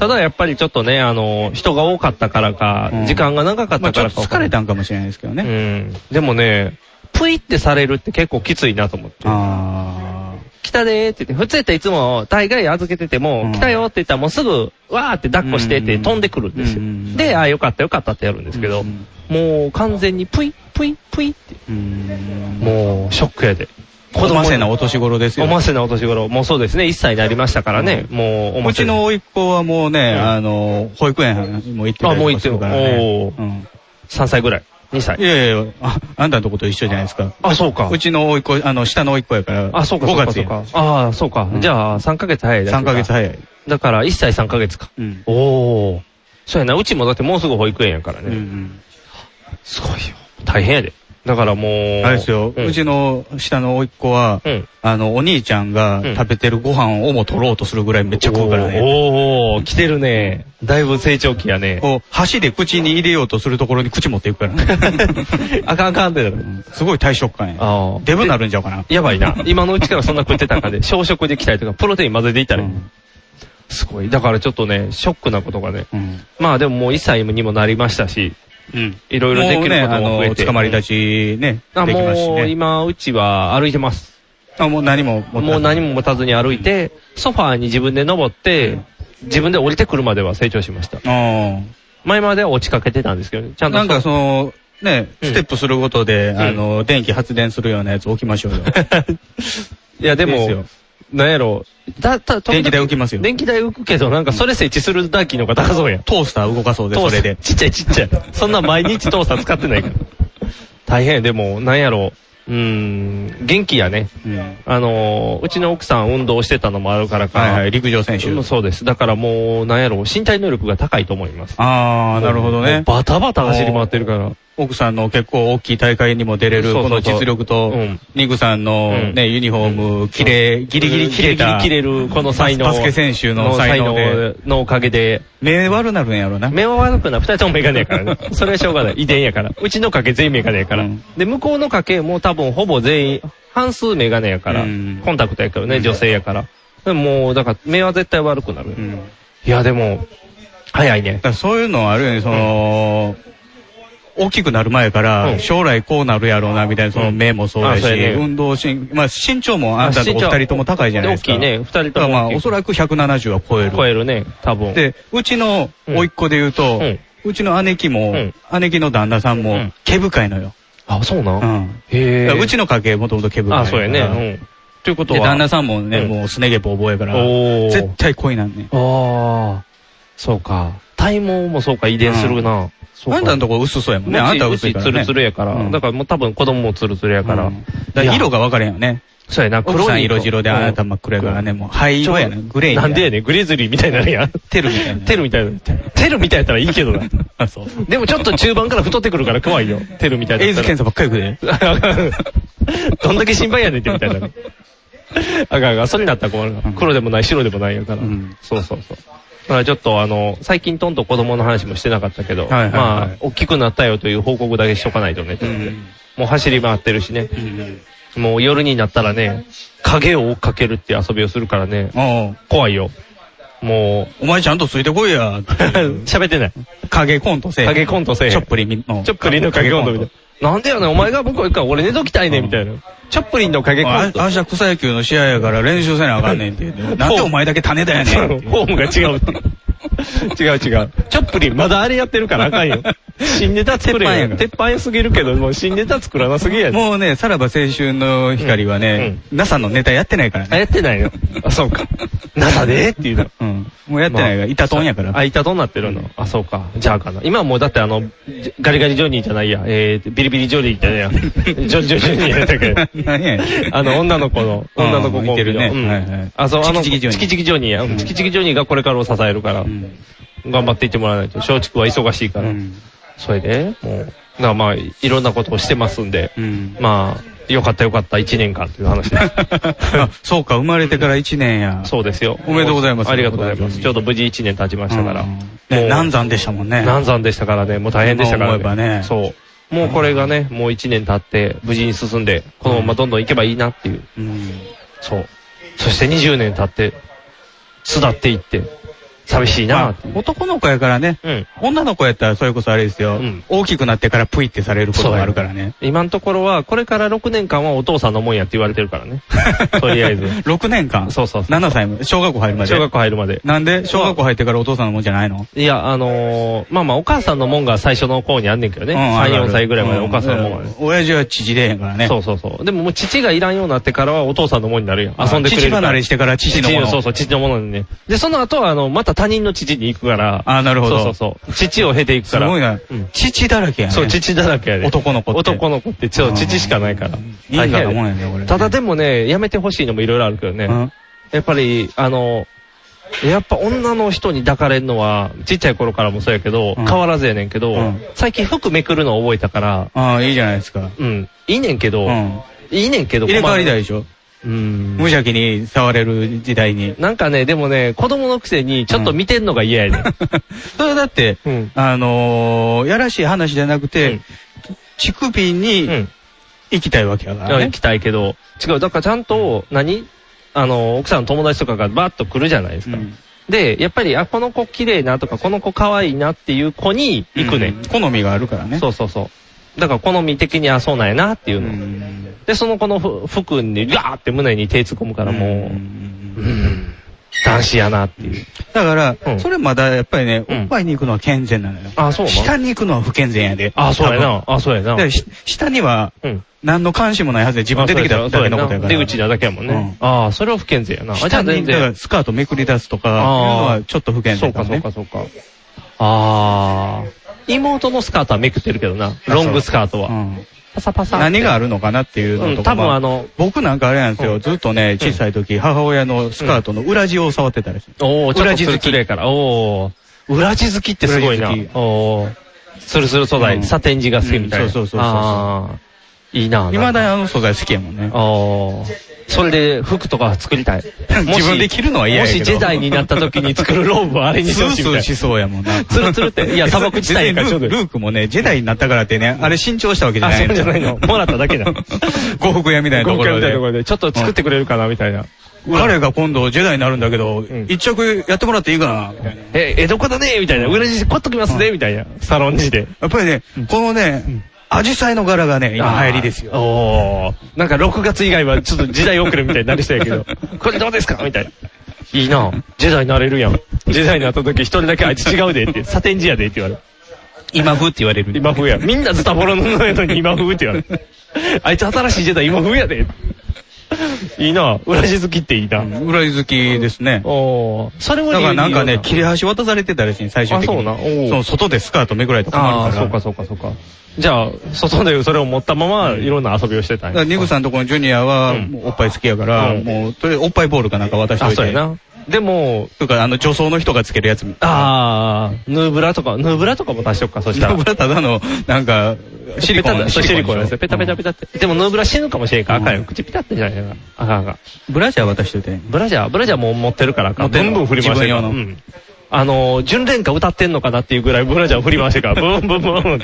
Speaker 2: ただやっぱりちょっとね、あの、人が多かったからか、時間が長かったからか。疲れ
Speaker 3: たんかもしれないですけどね。
Speaker 2: うん。でもね、ぷいってされるって結構きついなと思って。来たでーって言って、普通やったらいつも大概預けてても、来たよって言ったらもうすぐ、わーって抱っこしてって飛んでくるんですよ。で、あーよかったよかったってやるんですけど、もう完全にぷいぷいぷいって。もう、ショックやで。
Speaker 3: 子供せなお年頃ですよ。
Speaker 2: おませなお年頃、もうそうですね、1歳になりましたからね、もうおま
Speaker 3: う
Speaker 2: せ
Speaker 3: ち
Speaker 2: な。
Speaker 3: の甥っ子はもうね、あの、保育園もう行ってた
Speaker 2: あ、
Speaker 3: り
Speaker 2: もう言
Speaker 3: とか
Speaker 2: っ
Speaker 3: す
Speaker 2: てる
Speaker 3: る
Speaker 2: お
Speaker 3: からね。
Speaker 2: ー3歳ぐらい。2歳。
Speaker 3: いやいや、あ、あんたのとこと一緒じゃないですか。
Speaker 2: あ、そうか。
Speaker 3: うちの甥っ子、あの、下の甥っ子やから。
Speaker 2: あ、そうか、
Speaker 3: 5
Speaker 2: そうか、
Speaker 3: 月
Speaker 2: そう
Speaker 3: や
Speaker 2: か。ああ、そうか。じゃあ、3ヶ月早いだ
Speaker 3: 3ヶ月早い。
Speaker 2: だから、1歳3ヶ月か。おお。そうやな、うちもだってもうすぐ保育園やからね。すごいよ。大変やで。だからもう。
Speaker 3: あれですよ、
Speaker 2: うん
Speaker 3: うちの下の甥っ子は、あの、お兄ちゃんが食べてるご飯をも取ろうとするぐらいめっちゃ食うからね。
Speaker 2: おー、来てるね。だいぶ成長期やね。
Speaker 3: こう、箸で口に入れようとするところに口持っていくから ね。
Speaker 2: あかんあかんって
Speaker 3: すごい大食感
Speaker 2: や。
Speaker 3: デブになるんちゃうかな。
Speaker 2: やばい な。今のうちからそんな食ってたかで、小食できたりとか、プロテイン混ぜていったり。すごい。だからちょっとね、ショックなことがね。まあでももう1歳にもなりましたし、いろいろできることも増え
Speaker 3: もうねあ
Speaker 2: て。
Speaker 3: の、捕まり立ちね、
Speaker 2: あ
Speaker 3: できますし
Speaker 2: もう
Speaker 3: ね。
Speaker 2: 今、うちは歩いてます。
Speaker 3: あ、もう何も持たず
Speaker 2: もう何も持たずに歩いて、ソファーに自分で登って、自分で降りてくるまでは成長しました。
Speaker 3: あ
Speaker 2: 前までは落ちかけてたんですけどね。ちゃんと。
Speaker 3: なんかその、ね、ステップすることで、あの、電気発電するようなやつ置きましょうよ。
Speaker 2: い やでも
Speaker 3: いいですよ
Speaker 2: なんやろだ、た、
Speaker 3: 電気代浮きますよ。
Speaker 2: 電気代浮くけど、なんかそれ設置する代金の方がそうやん。
Speaker 3: トースター動かそうで、
Speaker 2: トー
Speaker 3: そ
Speaker 2: ス
Speaker 3: れで。
Speaker 2: ちっちゃいちっちゃい。そんな毎日トースター使ってないから。大変、でも、なんやろう。うーん、元気やね。
Speaker 3: うん
Speaker 2: あのーうちの奥さん運動してたのもあるからか。
Speaker 3: はいはい陸上選手
Speaker 2: うんそうです。だからもう、なんやろう、身体能力が高いと思います。
Speaker 3: ああ、なるほど
Speaker 2: も
Speaker 3: ね
Speaker 2: う。バタバタ走り回ってるから。
Speaker 3: 奥さんの結構大きい大会にも出れる、
Speaker 2: そうそう
Speaker 3: こ
Speaker 2: そう
Speaker 3: の実力と、ニグさんのね、ユニフォーム、綺麗、ギリギリ切れた。
Speaker 2: ギリギリ切れる、この才能。
Speaker 3: バスケ選手の才能で。
Speaker 2: のおかげで。
Speaker 3: 目悪なるんやろな。
Speaker 2: 目は悪くない。二人ともメガネや からね。それはしょうがない。遺伝やから。うちの家系全員メガネやから。で、向こうの家系も多分ほぼ全員、半数メガネやから。コンタクトやからね、女性やから。でももう、だから目は絶対悪くなる。いや、でも、早いね。
Speaker 3: そういうのはあるよね、その、大きくなる前から、将来こうなるやろうな、みたいな、その目もそうだし、
Speaker 2: あそうやね
Speaker 3: 運動神、まあ身長もあんたとお
Speaker 2: 身長
Speaker 3: 二人とも高いじゃないですか。
Speaker 2: 大きいね二人とも大きい
Speaker 3: だからまあ、おそらく170は超える。
Speaker 2: 超えるね、多分。
Speaker 3: で、うちの甥っ子で言うと、うちの姉貴も、姉貴の旦那さんも、毛深いのよ。
Speaker 2: あ、そうな。
Speaker 3: うん。
Speaker 2: へえ。
Speaker 3: だからうちの家系もともと毛深いから。
Speaker 2: あ、そうやね。うん。ということ
Speaker 3: で、
Speaker 2: は。
Speaker 3: 旦那さんもね、もうすね毛ボーボーやから、
Speaker 2: おー
Speaker 3: 絶対濃いなんね。
Speaker 2: ああ、そうか。体毛もそうか、遺伝するな。そうか
Speaker 3: あんたのとこ薄そうやもんね。
Speaker 2: うち
Speaker 3: あんた薄いから、ね。
Speaker 2: うちツルツルやから。だからもう多分子供もツルツルやから。
Speaker 3: だから色
Speaker 2: が
Speaker 3: 分かれへんよね。
Speaker 2: そうやな、
Speaker 3: 黒
Speaker 2: 黒
Speaker 3: さん
Speaker 2: い
Speaker 3: 色白であなた
Speaker 2: も
Speaker 3: 真っ黒やからね、もう灰色やね。グレー
Speaker 2: なんでや
Speaker 3: ね
Speaker 2: ねん、グレズリーみたいになるやん。
Speaker 3: テルみたいな。
Speaker 2: テルみたいな。テルみたいやったらいいけ どな。
Speaker 3: あ、そう。
Speaker 2: でもちょっと中盤から太ってくるから怖いよ。テルみたいな。
Speaker 3: エイズ検査ばっかりくで。
Speaker 2: どんだけ心配やねんってみたいな。あかんあかん、それになったら困るな。黒でもない、白でもないやから。そうそうそう。だからちょっとあの、最近トンと子供の話もしてなかったけど、
Speaker 3: はいはいはい
Speaker 2: まあ、大きくなったよという報告だけしとかないとね、と思ってもう走り回ってるしね。もう夜になったらね、影を追っかけるっていう遊びをするからね、怖いよ。も
Speaker 3: お前ちゃんとついてこいや。
Speaker 2: う、 喋ってない。
Speaker 3: 影コントせえ。
Speaker 2: 影コントせえ
Speaker 3: チョップリンの。
Speaker 2: チョップリンの影コントみたいな。なんでやねん、お前が向こう行くから俺寝ときたいねんみたいな。チョップリンの影コ
Speaker 3: あ
Speaker 2: ント。
Speaker 3: 明日草野球の試合やから練習せなあかんねんって言って。なんでお前だけ種だやねんって。
Speaker 2: フォームが違うって。違う違う。チョップリンまだあれやってるからあかんよ。新ネタ作れよ。鉄板すぎるけど、もう新ネタ作らなすぎやね
Speaker 3: もうね、さらば青春の光はね、NASA のネタやってないからね。
Speaker 2: やってないよ。あ、そうか。中でっていうの。
Speaker 3: うん。もうやってないから、板トンやから。
Speaker 2: あ、板トンなってるの。あ、そうか。じゃあかな。今はもうだってあの、じガリガリジョニーじゃないや。えー、ビリビリジョニーじゃないや。ジ ョジョジョニーやったっけ
Speaker 3: 何やねん。
Speaker 2: あの、女の子の、女の子コンビの
Speaker 3: 似てるね
Speaker 2: うん
Speaker 3: はいはい
Speaker 2: あ、そう、あの、
Speaker 3: チ
Speaker 2: チ
Speaker 3: キチ
Speaker 2: キ
Speaker 3: キジョニー
Speaker 2: チキジョニーや。うんチキチキジョニーがこれからを支えるから、頑張っていってもらわないと。松竹は忙しいから。それで、もう、だからまあ、いろんなことをしてますんで、まあ、よかったよかった、1年間という話 です。
Speaker 3: あそうか、生まれてから1年や。
Speaker 2: そうですよ。
Speaker 3: おめでとうございます
Speaker 2: ありがとうございます。ちょうど無事1年経ちましたから。もう
Speaker 3: ね難産でしたもんね。
Speaker 2: 難産でしたからね、もう大変でしたから
Speaker 3: 今思えばね
Speaker 2: そう。もうこれがね、もう1年経って、無事に進んで、このままどんどん行けばいいなっていう。そう。そして20年経って、巣立っていって、寂しいなっていう。
Speaker 3: 男の子やからね、女の子やったらそれこそあれですよ、大きくなってからプイってされることがあるからね。
Speaker 2: 今のところは、これから6年間はお父さんのもんやって言われてるから ね。とりあえず。
Speaker 3: 6年間
Speaker 2: そうそうそう。
Speaker 3: 7歳まで、小学校入るまで。
Speaker 2: 小学校入るまで。
Speaker 3: なんで小学校入ってからお父さんのもんじゃないの
Speaker 2: いや、あのー、まあまあ、お母さんのもんが最初の頃にあんねんけどね。
Speaker 3: うんあるあ
Speaker 2: 3、
Speaker 3: る
Speaker 2: 4歳ぐらいまでお母さんのもんがね。
Speaker 3: 親父は父でへんからね。
Speaker 2: そうそうそう。でももう父がいらんようになってからはお父さんのものになるやん。
Speaker 3: あ
Speaker 2: 遊んでくれるから。
Speaker 3: 父離れしてから父のもの
Speaker 2: そうそう、父のものにね。で、その後はあの、また他人の父に行くから。
Speaker 3: あなるほど
Speaker 2: そうそうそう。父を経ていく
Speaker 3: す
Speaker 2: から。
Speaker 3: ごいな。父だらけやね。
Speaker 2: そう、父だらけやで。
Speaker 3: 男の子って
Speaker 2: 男の子って、ちょ、父しかないから。
Speaker 3: 因果なもん
Speaker 2: 大
Speaker 3: や
Speaker 2: 変
Speaker 3: ね、こ
Speaker 2: で
Speaker 3: れ。
Speaker 2: ただでもね、やめてほしいのもいろいろあるけどね。やっぱり、あの、やっぱ女の人に抱かれるのは、ちっちゃい頃からもそうやけど、変わらずやねんけど、最近服めくるの覚えたから、
Speaker 3: ああ、いいじゃないですか。
Speaker 2: うん、いいねんけど、いいねんけど、
Speaker 3: 入れ替わりだ
Speaker 2: まあ
Speaker 3: でしょ
Speaker 2: うん。
Speaker 3: 無邪気に触れる時代に。
Speaker 2: なんかね、でもね、子供のくせにちょっと見てんのが嫌やね、
Speaker 3: それだって、あのー、やらしい話じゃなくて、乳首に行きたいわけやか
Speaker 2: だからら
Speaker 3: ね
Speaker 2: 行。きたいけど、違う、だからちゃんと、何あの、奥さんの友達とかがバーッと来るじゃないですか。で、やっぱり、あ、この子綺麗なとか、この子可愛いなっていう子に行くね、
Speaker 3: うん好みがあるからね。
Speaker 2: そうそうそう。だから好み的にはそうなんやなっていうの。で、その子のふ服にガーって胸に手突っ込むからもう、うん男子やなっていう。
Speaker 3: だから、それまだやっぱりね、おっぱいに行くのは健全なのよ。
Speaker 2: あ、そうな
Speaker 3: 下に行くのは不健全やで。
Speaker 2: あ、そうやな
Speaker 3: 多。分
Speaker 2: あ、そうやな。
Speaker 3: だからし下には、何の関心もないはずで自分出てきただけのことやから。
Speaker 2: 出口なだけやもんね。ああ、それは不健全やな。あ、じゃ
Speaker 3: 下
Speaker 2: あ全
Speaker 3: に、だから
Speaker 2: 然。
Speaker 3: スカートめくり出すとか、いうの
Speaker 2: あ
Speaker 3: はちょっと不健全だ、ね。
Speaker 2: そうかそうかそうか。ああ。妹のスカートはめくってるけどな。
Speaker 3: そう
Speaker 2: ロングスカートは。パサパサって。
Speaker 3: 何があるのかなっていうのとか、
Speaker 2: うん多分あの
Speaker 3: ま僕なんかあれなんですよ、ずっとね、小さい時、母親のスカートの裏地を触ってたりする。
Speaker 2: おお、ちょ
Speaker 3: 裏
Speaker 2: っ
Speaker 3: 地
Speaker 2: と
Speaker 3: 好
Speaker 2: 好
Speaker 3: き
Speaker 2: きやから。おお。裏地好きってすごいな
Speaker 3: 裏地。
Speaker 2: おお。スルスル素材、
Speaker 3: うん
Speaker 2: サテン地が好きみたいな。
Speaker 3: うんそうそうそうそう
Speaker 2: ああ。いいな。
Speaker 3: いまだにあの素材好きやもんね。
Speaker 2: ああ。それで服とか作りたい。もし
Speaker 3: 自分で着るのは嫌やけど
Speaker 2: もしジェダイになった時に作るローブはあれにしてほしいみたいな
Speaker 3: スースーしそうやもん な。
Speaker 2: ツルツルっていや砂漠地帯やから
Speaker 3: 別にルールークもね、ジェダイになったからってね、あれ新調したわけじゃない
Speaker 2: あそうじゃないの もらっただけだ。
Speaker 3: 呉服屋みたいなところで。
Speaker 2: ちょっと作ってくれるかなみたいな。
Speaker 3: 彼が今度ジェダイになるんだけど、一着やってもらっていいかなみたいな。
Speaker 2: え、江戸子だねみたいな。裏地凝っときますねみたいな。サロン地で。
Speaker 3: やっぱりね、このね、アジサイの柄がね、今流行りですよ。
Speaker 2: おお。なんか6月以外はちょっと時代遅れみたいになりそうやけ ど。これどうですかみたいな。いいなジェダイになれるやん。ジェダイになった時一人だけあいつ違うでって、サテンジやでって言われる。
Speaker 3: 今風って言われる。
Speaker 2: 今風や。みんなズタボロのやのに今風って言われる。あいつ新しいジェダイ今風やで。いいな裏地好きっていいな。
Speaker 3: 裏地好きですね。
Speaker 2: おお。それは
Speaker 3: だからなんか
Speaker 2: いい
Speaker 3: ね、
Speaker 2: よ
Speaker 3: 切れ端渡されてたらしい、最終的
Speaker 2: あ
Speaker 3: に。
Speaker 2: そうなおー
Speaker 3: の外でスカートめくられたら困るから。
Speaker 2: あーそうかそうかそうか。じゃあ、外でそれを持ったまま、いろんな遊びをしてた
Speaker 3: だ
Speaker 2: ん
Speaker 3: か
Speaker 2: や
Speaker 3: らニグさんとこのジュニアは、もうおっぱい好きやから、
Speaker 2: うん
Speaker 3: もう、とりあえずおっぱいボールかなんか渡しとい
Speaker 2: あ、
Speaker 3: て。
Speaker 2: そうやな。でも、
Speaker 3: とか、あの、女装の人がつけるやつ。
Speaker 2: あー、ヌーブラとか、ヌーブラとかも足しとくか、そしたら。
Speaker 3: 僕らただの、なんか、シリコ
Speaker 2: ペタ
Speaker 3: ン。
Speaker 2: だそうシリコンですよ。ペタペ
Speaker 3: タ。
Speaker 2: タペタって。でも、ヌーブラ死ぬかもしれんから、赤い。口ピタってじゃないかな。赤赤。
Speaker 3: ブラジャー渡しといて。
Speaker 2: ブラジャー、ブラジャーもう持ってるから
Speaker 3: 持
Speaker 2: か。
Speaker 3: って
Speaker 2: ブ
Speaker 3: んの
Speaker 2: ンブン振り回してるから。
Speaker 3: 自分
Speaker 2: う
Speaker 3: 用
Speaker 2: んあのー、純恋歌歌ってんのかなっていうぐらいブラジャー振り回してる から、ブンブンブン。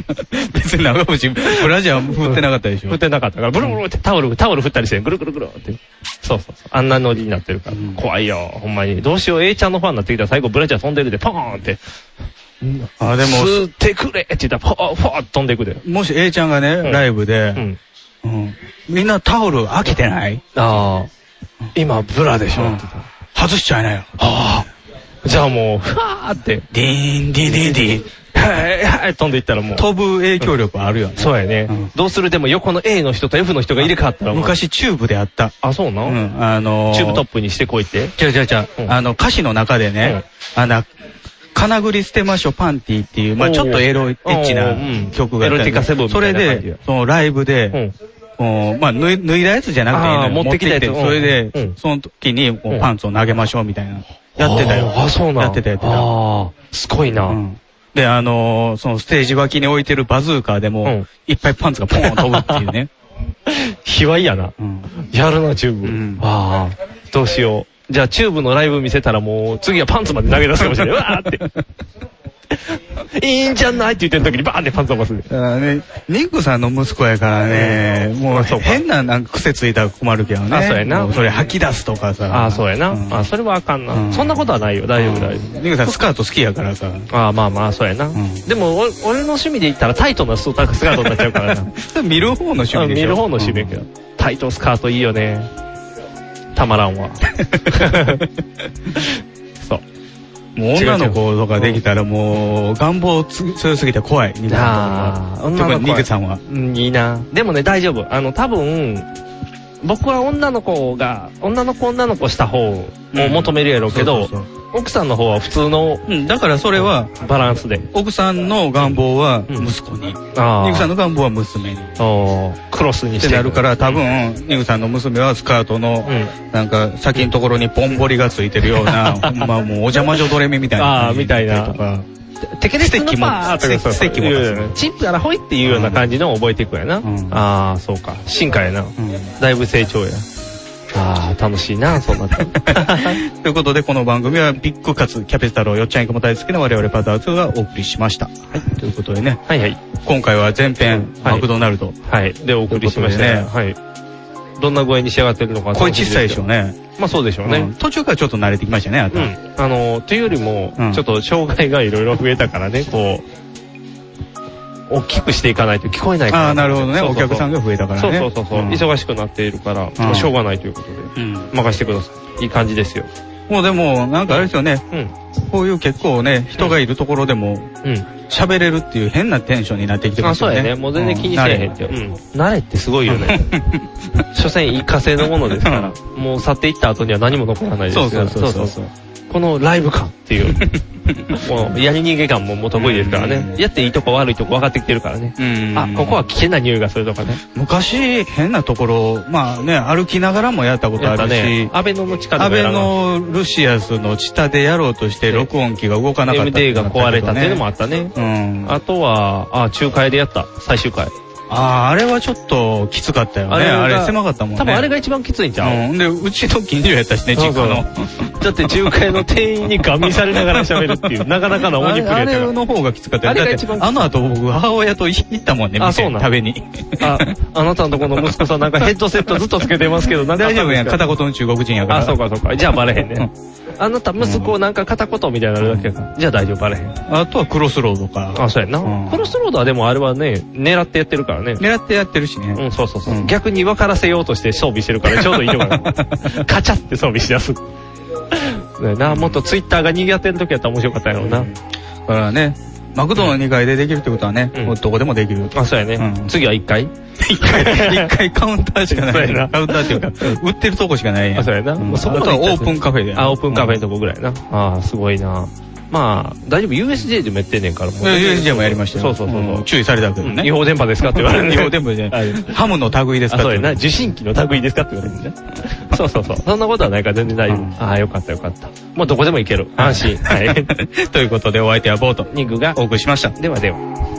Speaker 3: 別に長渕、ブラジャー振ってなかったでしょ。
Speaker 2: 振ってなかったから、ブルブルってタオル、タオル振ったりして、ぐるぐるぐるって。そうそうそう。あんなノリになってるから。怖いよ、ほんまに。どうしよう、A ちゃんのファンになってきたら最後ブラジャー飛んでるで、ポーンって。
Speaker 3: あ、でも、
Speaker 2: 吸ってくれって言ったら、ポー、ポーって飛んでいくで。
Speaker 3: もし A ちゃんがね、ライブで、うんみんなタオル飽きてない
Speaker 2: ああ。今、ブラでしょ。
Speaker 3: うん外しちゃいなよ。
Speaker 2: ああ。じゃあもう、ふわーって。
Speaker 3: ディーン、ディディディ
Speaker 2: はいはい飛んでいったらもう。
Speaker 3: 飛ぶ影響力あるよね。
Speaker 2: そうやね。どうするでも横の A の人と F の人が入れ替わったらもう。
Speaker 3: 昔チューブであった。
Speaker 2: あ、そうなの
Speaker 3: うん、あの
Speaker 2: チューブトップにしてこいって。
Speaker 3: じゃじゃじゃあの、歌詞の中でね、あの、金繰り捨てましょパンティっていう、まあ
Speaker 2: おー
Speaker 3: ちょっとエロい、エッチ
Speaker 2: おーう
Speaker 3: なん曲があったんで
Speaker 2: エロティカセブンみた
Speaker 3: それ
Speaker 2: いな感じや
Speaker 3: で、そのライブで、おーまあ脱い脱いだやつじゃなくていいの
Speaker 2: あ
Speaker 3: よ
Speaker 2: ー持ってきたやつ
Speaker 3: 持ってきてそれ
Speaker 2: う
Speaker 3: で、その時にこうパンツを投げましょうみたいな。やってたよ。
Speaker 2: あーあ、そうなの
Speaker 3: やってたやってた
Speaker 2: ああ、すごいな。
Speaker 3: で、あのーそのステージ脇に置いてるバズーカーでも、いっぱいパンツがポーン飛ぶっていうね。
Speaker 2: 卑猥やな。やるな、チューブ。ああ、どうしよう。じゃあ、チューブのライブ見せたらもう、次はパンツまで投げ出すかもしれない。うわーっ て。いいんじゃないって言ってる時にバーンってパンツを飛ばす。
Speaker 3: だからね、ニックさんの息子やからね、もう変ななんか癖ついたら困るけどね。
Speaker 2: あそうやな
Speaker 3: もそれ吐き出すとかさ。
Speaker 2: ああ、そうやな。あそうれはあかんな。そんなことはないよ。大丈夫、大丈
Speaker 3: ん。ニックさんスカート好きやからさ。
Speaker 2: 夫。ああ、まあまあ、そうやな。でも、お俺の趣味で言ったらタイトなスカートになっちゃうから な。
Speaker 3: 見る方の趣味でしょ。
Speaker 2: 見る方の趣味やけど。タイトスカートいいよね。たまらんわ。そう。
Speaker 3: もう女の子とかできたらもう願望つ強すぎて怖い。ニックさん
Speaker 2: あ
Speaker 3: と
Speaker 2: あ
Speaker 3: かは。
Speaker 2: 女の子は
Speaker 3: 特にニックさんは。
Speaker 2: うん、いいな。でもね、大丈夫。あの、多分、僕は女の子が、女の子女の子した方を求めるやろうけど、奥さんの方は普通の、
Speaker 3: だからそれは、
Speaker 2: バランスで。
Speaker 3: 奥さんの願望は息子に。ニ
Speaker 2: あ
Speaker 3: ックさんの願望は娘に。
Speaker 2: おークロスに
Speaker 3: っ
Speaker 2: してて
Speaker 3: なるから多分、ニグさんの娘はスカートの、なんか先のところにぼんぼりがついてるよう な、ほんまもうお邪魔女ドレミみたいな。
Speaker 2: あーみたいな
Speaker 3: とか。
Speaker 2: テケテキのパーとかそう
Speaker 3: ステッキも
Speaker 2: いうようなチップやらほいっていうような感じのを覚えていくやな。ああ、そうか。進化やな。だいぶ成長や。ああ、楽しいな、そうなったら。
Speaker 3: ということで、この番組はビッグカツ、キャベツ太郎、よっちゃんいくも大好きな我々パター2がお送りしました。ということでね。今回は前編、マクドナルド。
Speaker 2: はい。で、お送りしましたね。はい。どんな声に仕上がってるのか。
Speaker 3: 声小さいでしょう。ね。
Speaker 2: まあそうでしょうね。
Speaker 3: うん途中からちょっと慣れてきましたね、あと。
Speaker 2: うん。あの、というよりも、
Speaker 3: うん
Speaker 2: ちょっと障害がいろいろ増えたからね、こう、大きくしていかないと聞こえないから。
Speaker 3: あーなるほどね
Speaker 2: そうそうそう
Speaker 3: お客さんが増えたからね
Speaker 2: そうそうそうそう。
Speaker 3: うん
Speaker 2: 忙しくなっているから、
Speaker 3: ん
Speaker 2: もうしょうがないということで、任せてください。いい感じですよ。
Speaker 3: もうでも、なんかあれですよね。こういう結構ね、人がいるところでも、喋れるっていう変なテンションになってきて
Speaker 2: あ、
Speaker 3: ます
Speaker 2: そ
Speaker 3: よ
Speaker 2: う
Speaker 3: ね。
Speaker 2: やね。もう全然気にせえへんって。
Speaker 3: う
Speaker 2: うんん。慣れってすごいよ ね。所詮一過性のものですから、もう去っていった後には何も残らないですから。
Speaker 3: そうそうそうそう
Speaker 2: このライブ感って いう、もうやり逃げ感ももう得意ですからね。やっていいとこ悪いとこ分かってきてるからね。あ、ここは危険な匂いがするとかね。
Speaker 3: 昔、変なところ、まあね、歩きながらもやったことある
Speaker 2: やった
Speaker 3: し
Speaker 2: ね、アベノの力
Speaker 3: 安
Speaker 2: で
Speaker 3: 倍
Speaker 2: やらな
Speaker 3: のルシアスの下でやろうとして録音機が動かなかったってい
Speaker 2: MD
Speaker 3: うの
Speaker 2: が
Speaker 3: もあ
Speaker 2: 壊
Speaker 3: ったけ
Speaker 2: れ
Speaker 3: ど
Speaker 2: たっていうのもあったね。あとは、あ、仲介でやった。最終回。
Speaker 3: ああ、あれはちょっときつかったよね。
Speaker 2: が
Speaker 3: あれ狭かったもんね。
Speaker 2: 多分あれが一番きついんちゃう、
Speaker 3: うん。で、うちの近所やったしね、
Speaker 2: そ
Speaker 3: 実
Speaker 2: う
Speaker 3: 家
Speaker 2: そう
Speaker 3: の。
Speaker 2: だって仲介の店員にガミされながら喋るって いう、なかなかな鬼プレイ
Speaker 3: あれ
Speaker 2: だ
Speaker 3: あ
Speaker 2: よ
Speaker 3: れの方がきつかったよ。
Speaker 2: あれが
Speaker 3: だっ
Speaker 2: 一
Speaker 3: て
Speaker 2: 番きつい
Speaker 3: あの後僕、母親と行ったもんね、
Speaker 2: あそう
Speaker 3: 店
Speaker 2: なの
Speaker 3: 食べに。
Speaker 2: あ、あなたのとこの息子さんなんかヘッドセットずっとつけてますけど、なんか あった
Speaker 3: 大丈
Speaker 2: んで
Speaker 3: 夫
Speaker 2: す
Speaker 3: や
Speaker 2: か
Speaker 3: ん、片言の中国人やから。
Speaker 2: あ、そうかそうか。じゃあバレへんね。あなた息子なんか片言みたいなのあるだけやからじゃあ大丈夫バレへん。
Speaker 3: あとはクロスロードか。
Speaker 2: あ、そうやな。クロスロードはでもあれはね、狙ってやってるからね。
Speaker 3: 狙ってやってるしね。
Speaker 2: うん、そうそうそう。逆に分からせようとして装備してる からちょうどいいのかな。カチャって装備しやす。ねな、もっとツイッターが賑わってる時やったら面白かったやろうな。
Speaker 3: だからね、マクドの2階でできるってことはね、もうどこでもできる。
Speaker 2: あ、そうやね。次は1回
Speaker 3: ?1 回、一回カウンターしか な
Speaker 2: そうや
Speaker 3: い。
Speaker 2: な
Speaker 3: カウンターっていうか、売ってるとこしかないやん。
Speaker 2: あ、そうやな。
Speaker 3: ん
Speaker 2: もうそこ
Speaker 3: あ
Speaker 2: ま
Speaker 3: と
Speaker 2: で
Speaker 3: は
Speaker 2: 行ったら
Speaker 3: オープンカフェだよ
Speaker 2: あ、オープンカフェのとこぐらいな。ああ、すごいな。まあ、大丈夫。USJ でもやってんねんから。もう
Speaker 3: いや USJ もやりましたよ
Speaker 2: そうそうそうそう。
Speaker 3: 注意されたけど
Speaker 2: うん
Speaker 3: ね。
Speaker 2: 違法電波ですかって言わ れる
Speaker 3: 違法電波じゃない。ハムの類いですか
Speaker 2: あ、
Speaker 3: って
Speaker 2: そうや
Speaker 3: 言われ
Speaker 2: な。
Speaker 3: る
Speaker 2: 受信機の類いですかって言われるんだね。 そうそうそう。そんなことはないから全然大丈夫。ああ、よかったよかった。もう どこでも行ける。安心。はい。
Speaker 3: ということでお相手はボート。
Speaker 2: ニグが
Speaker 3: お送りしました。
Speaker 2: ではでは。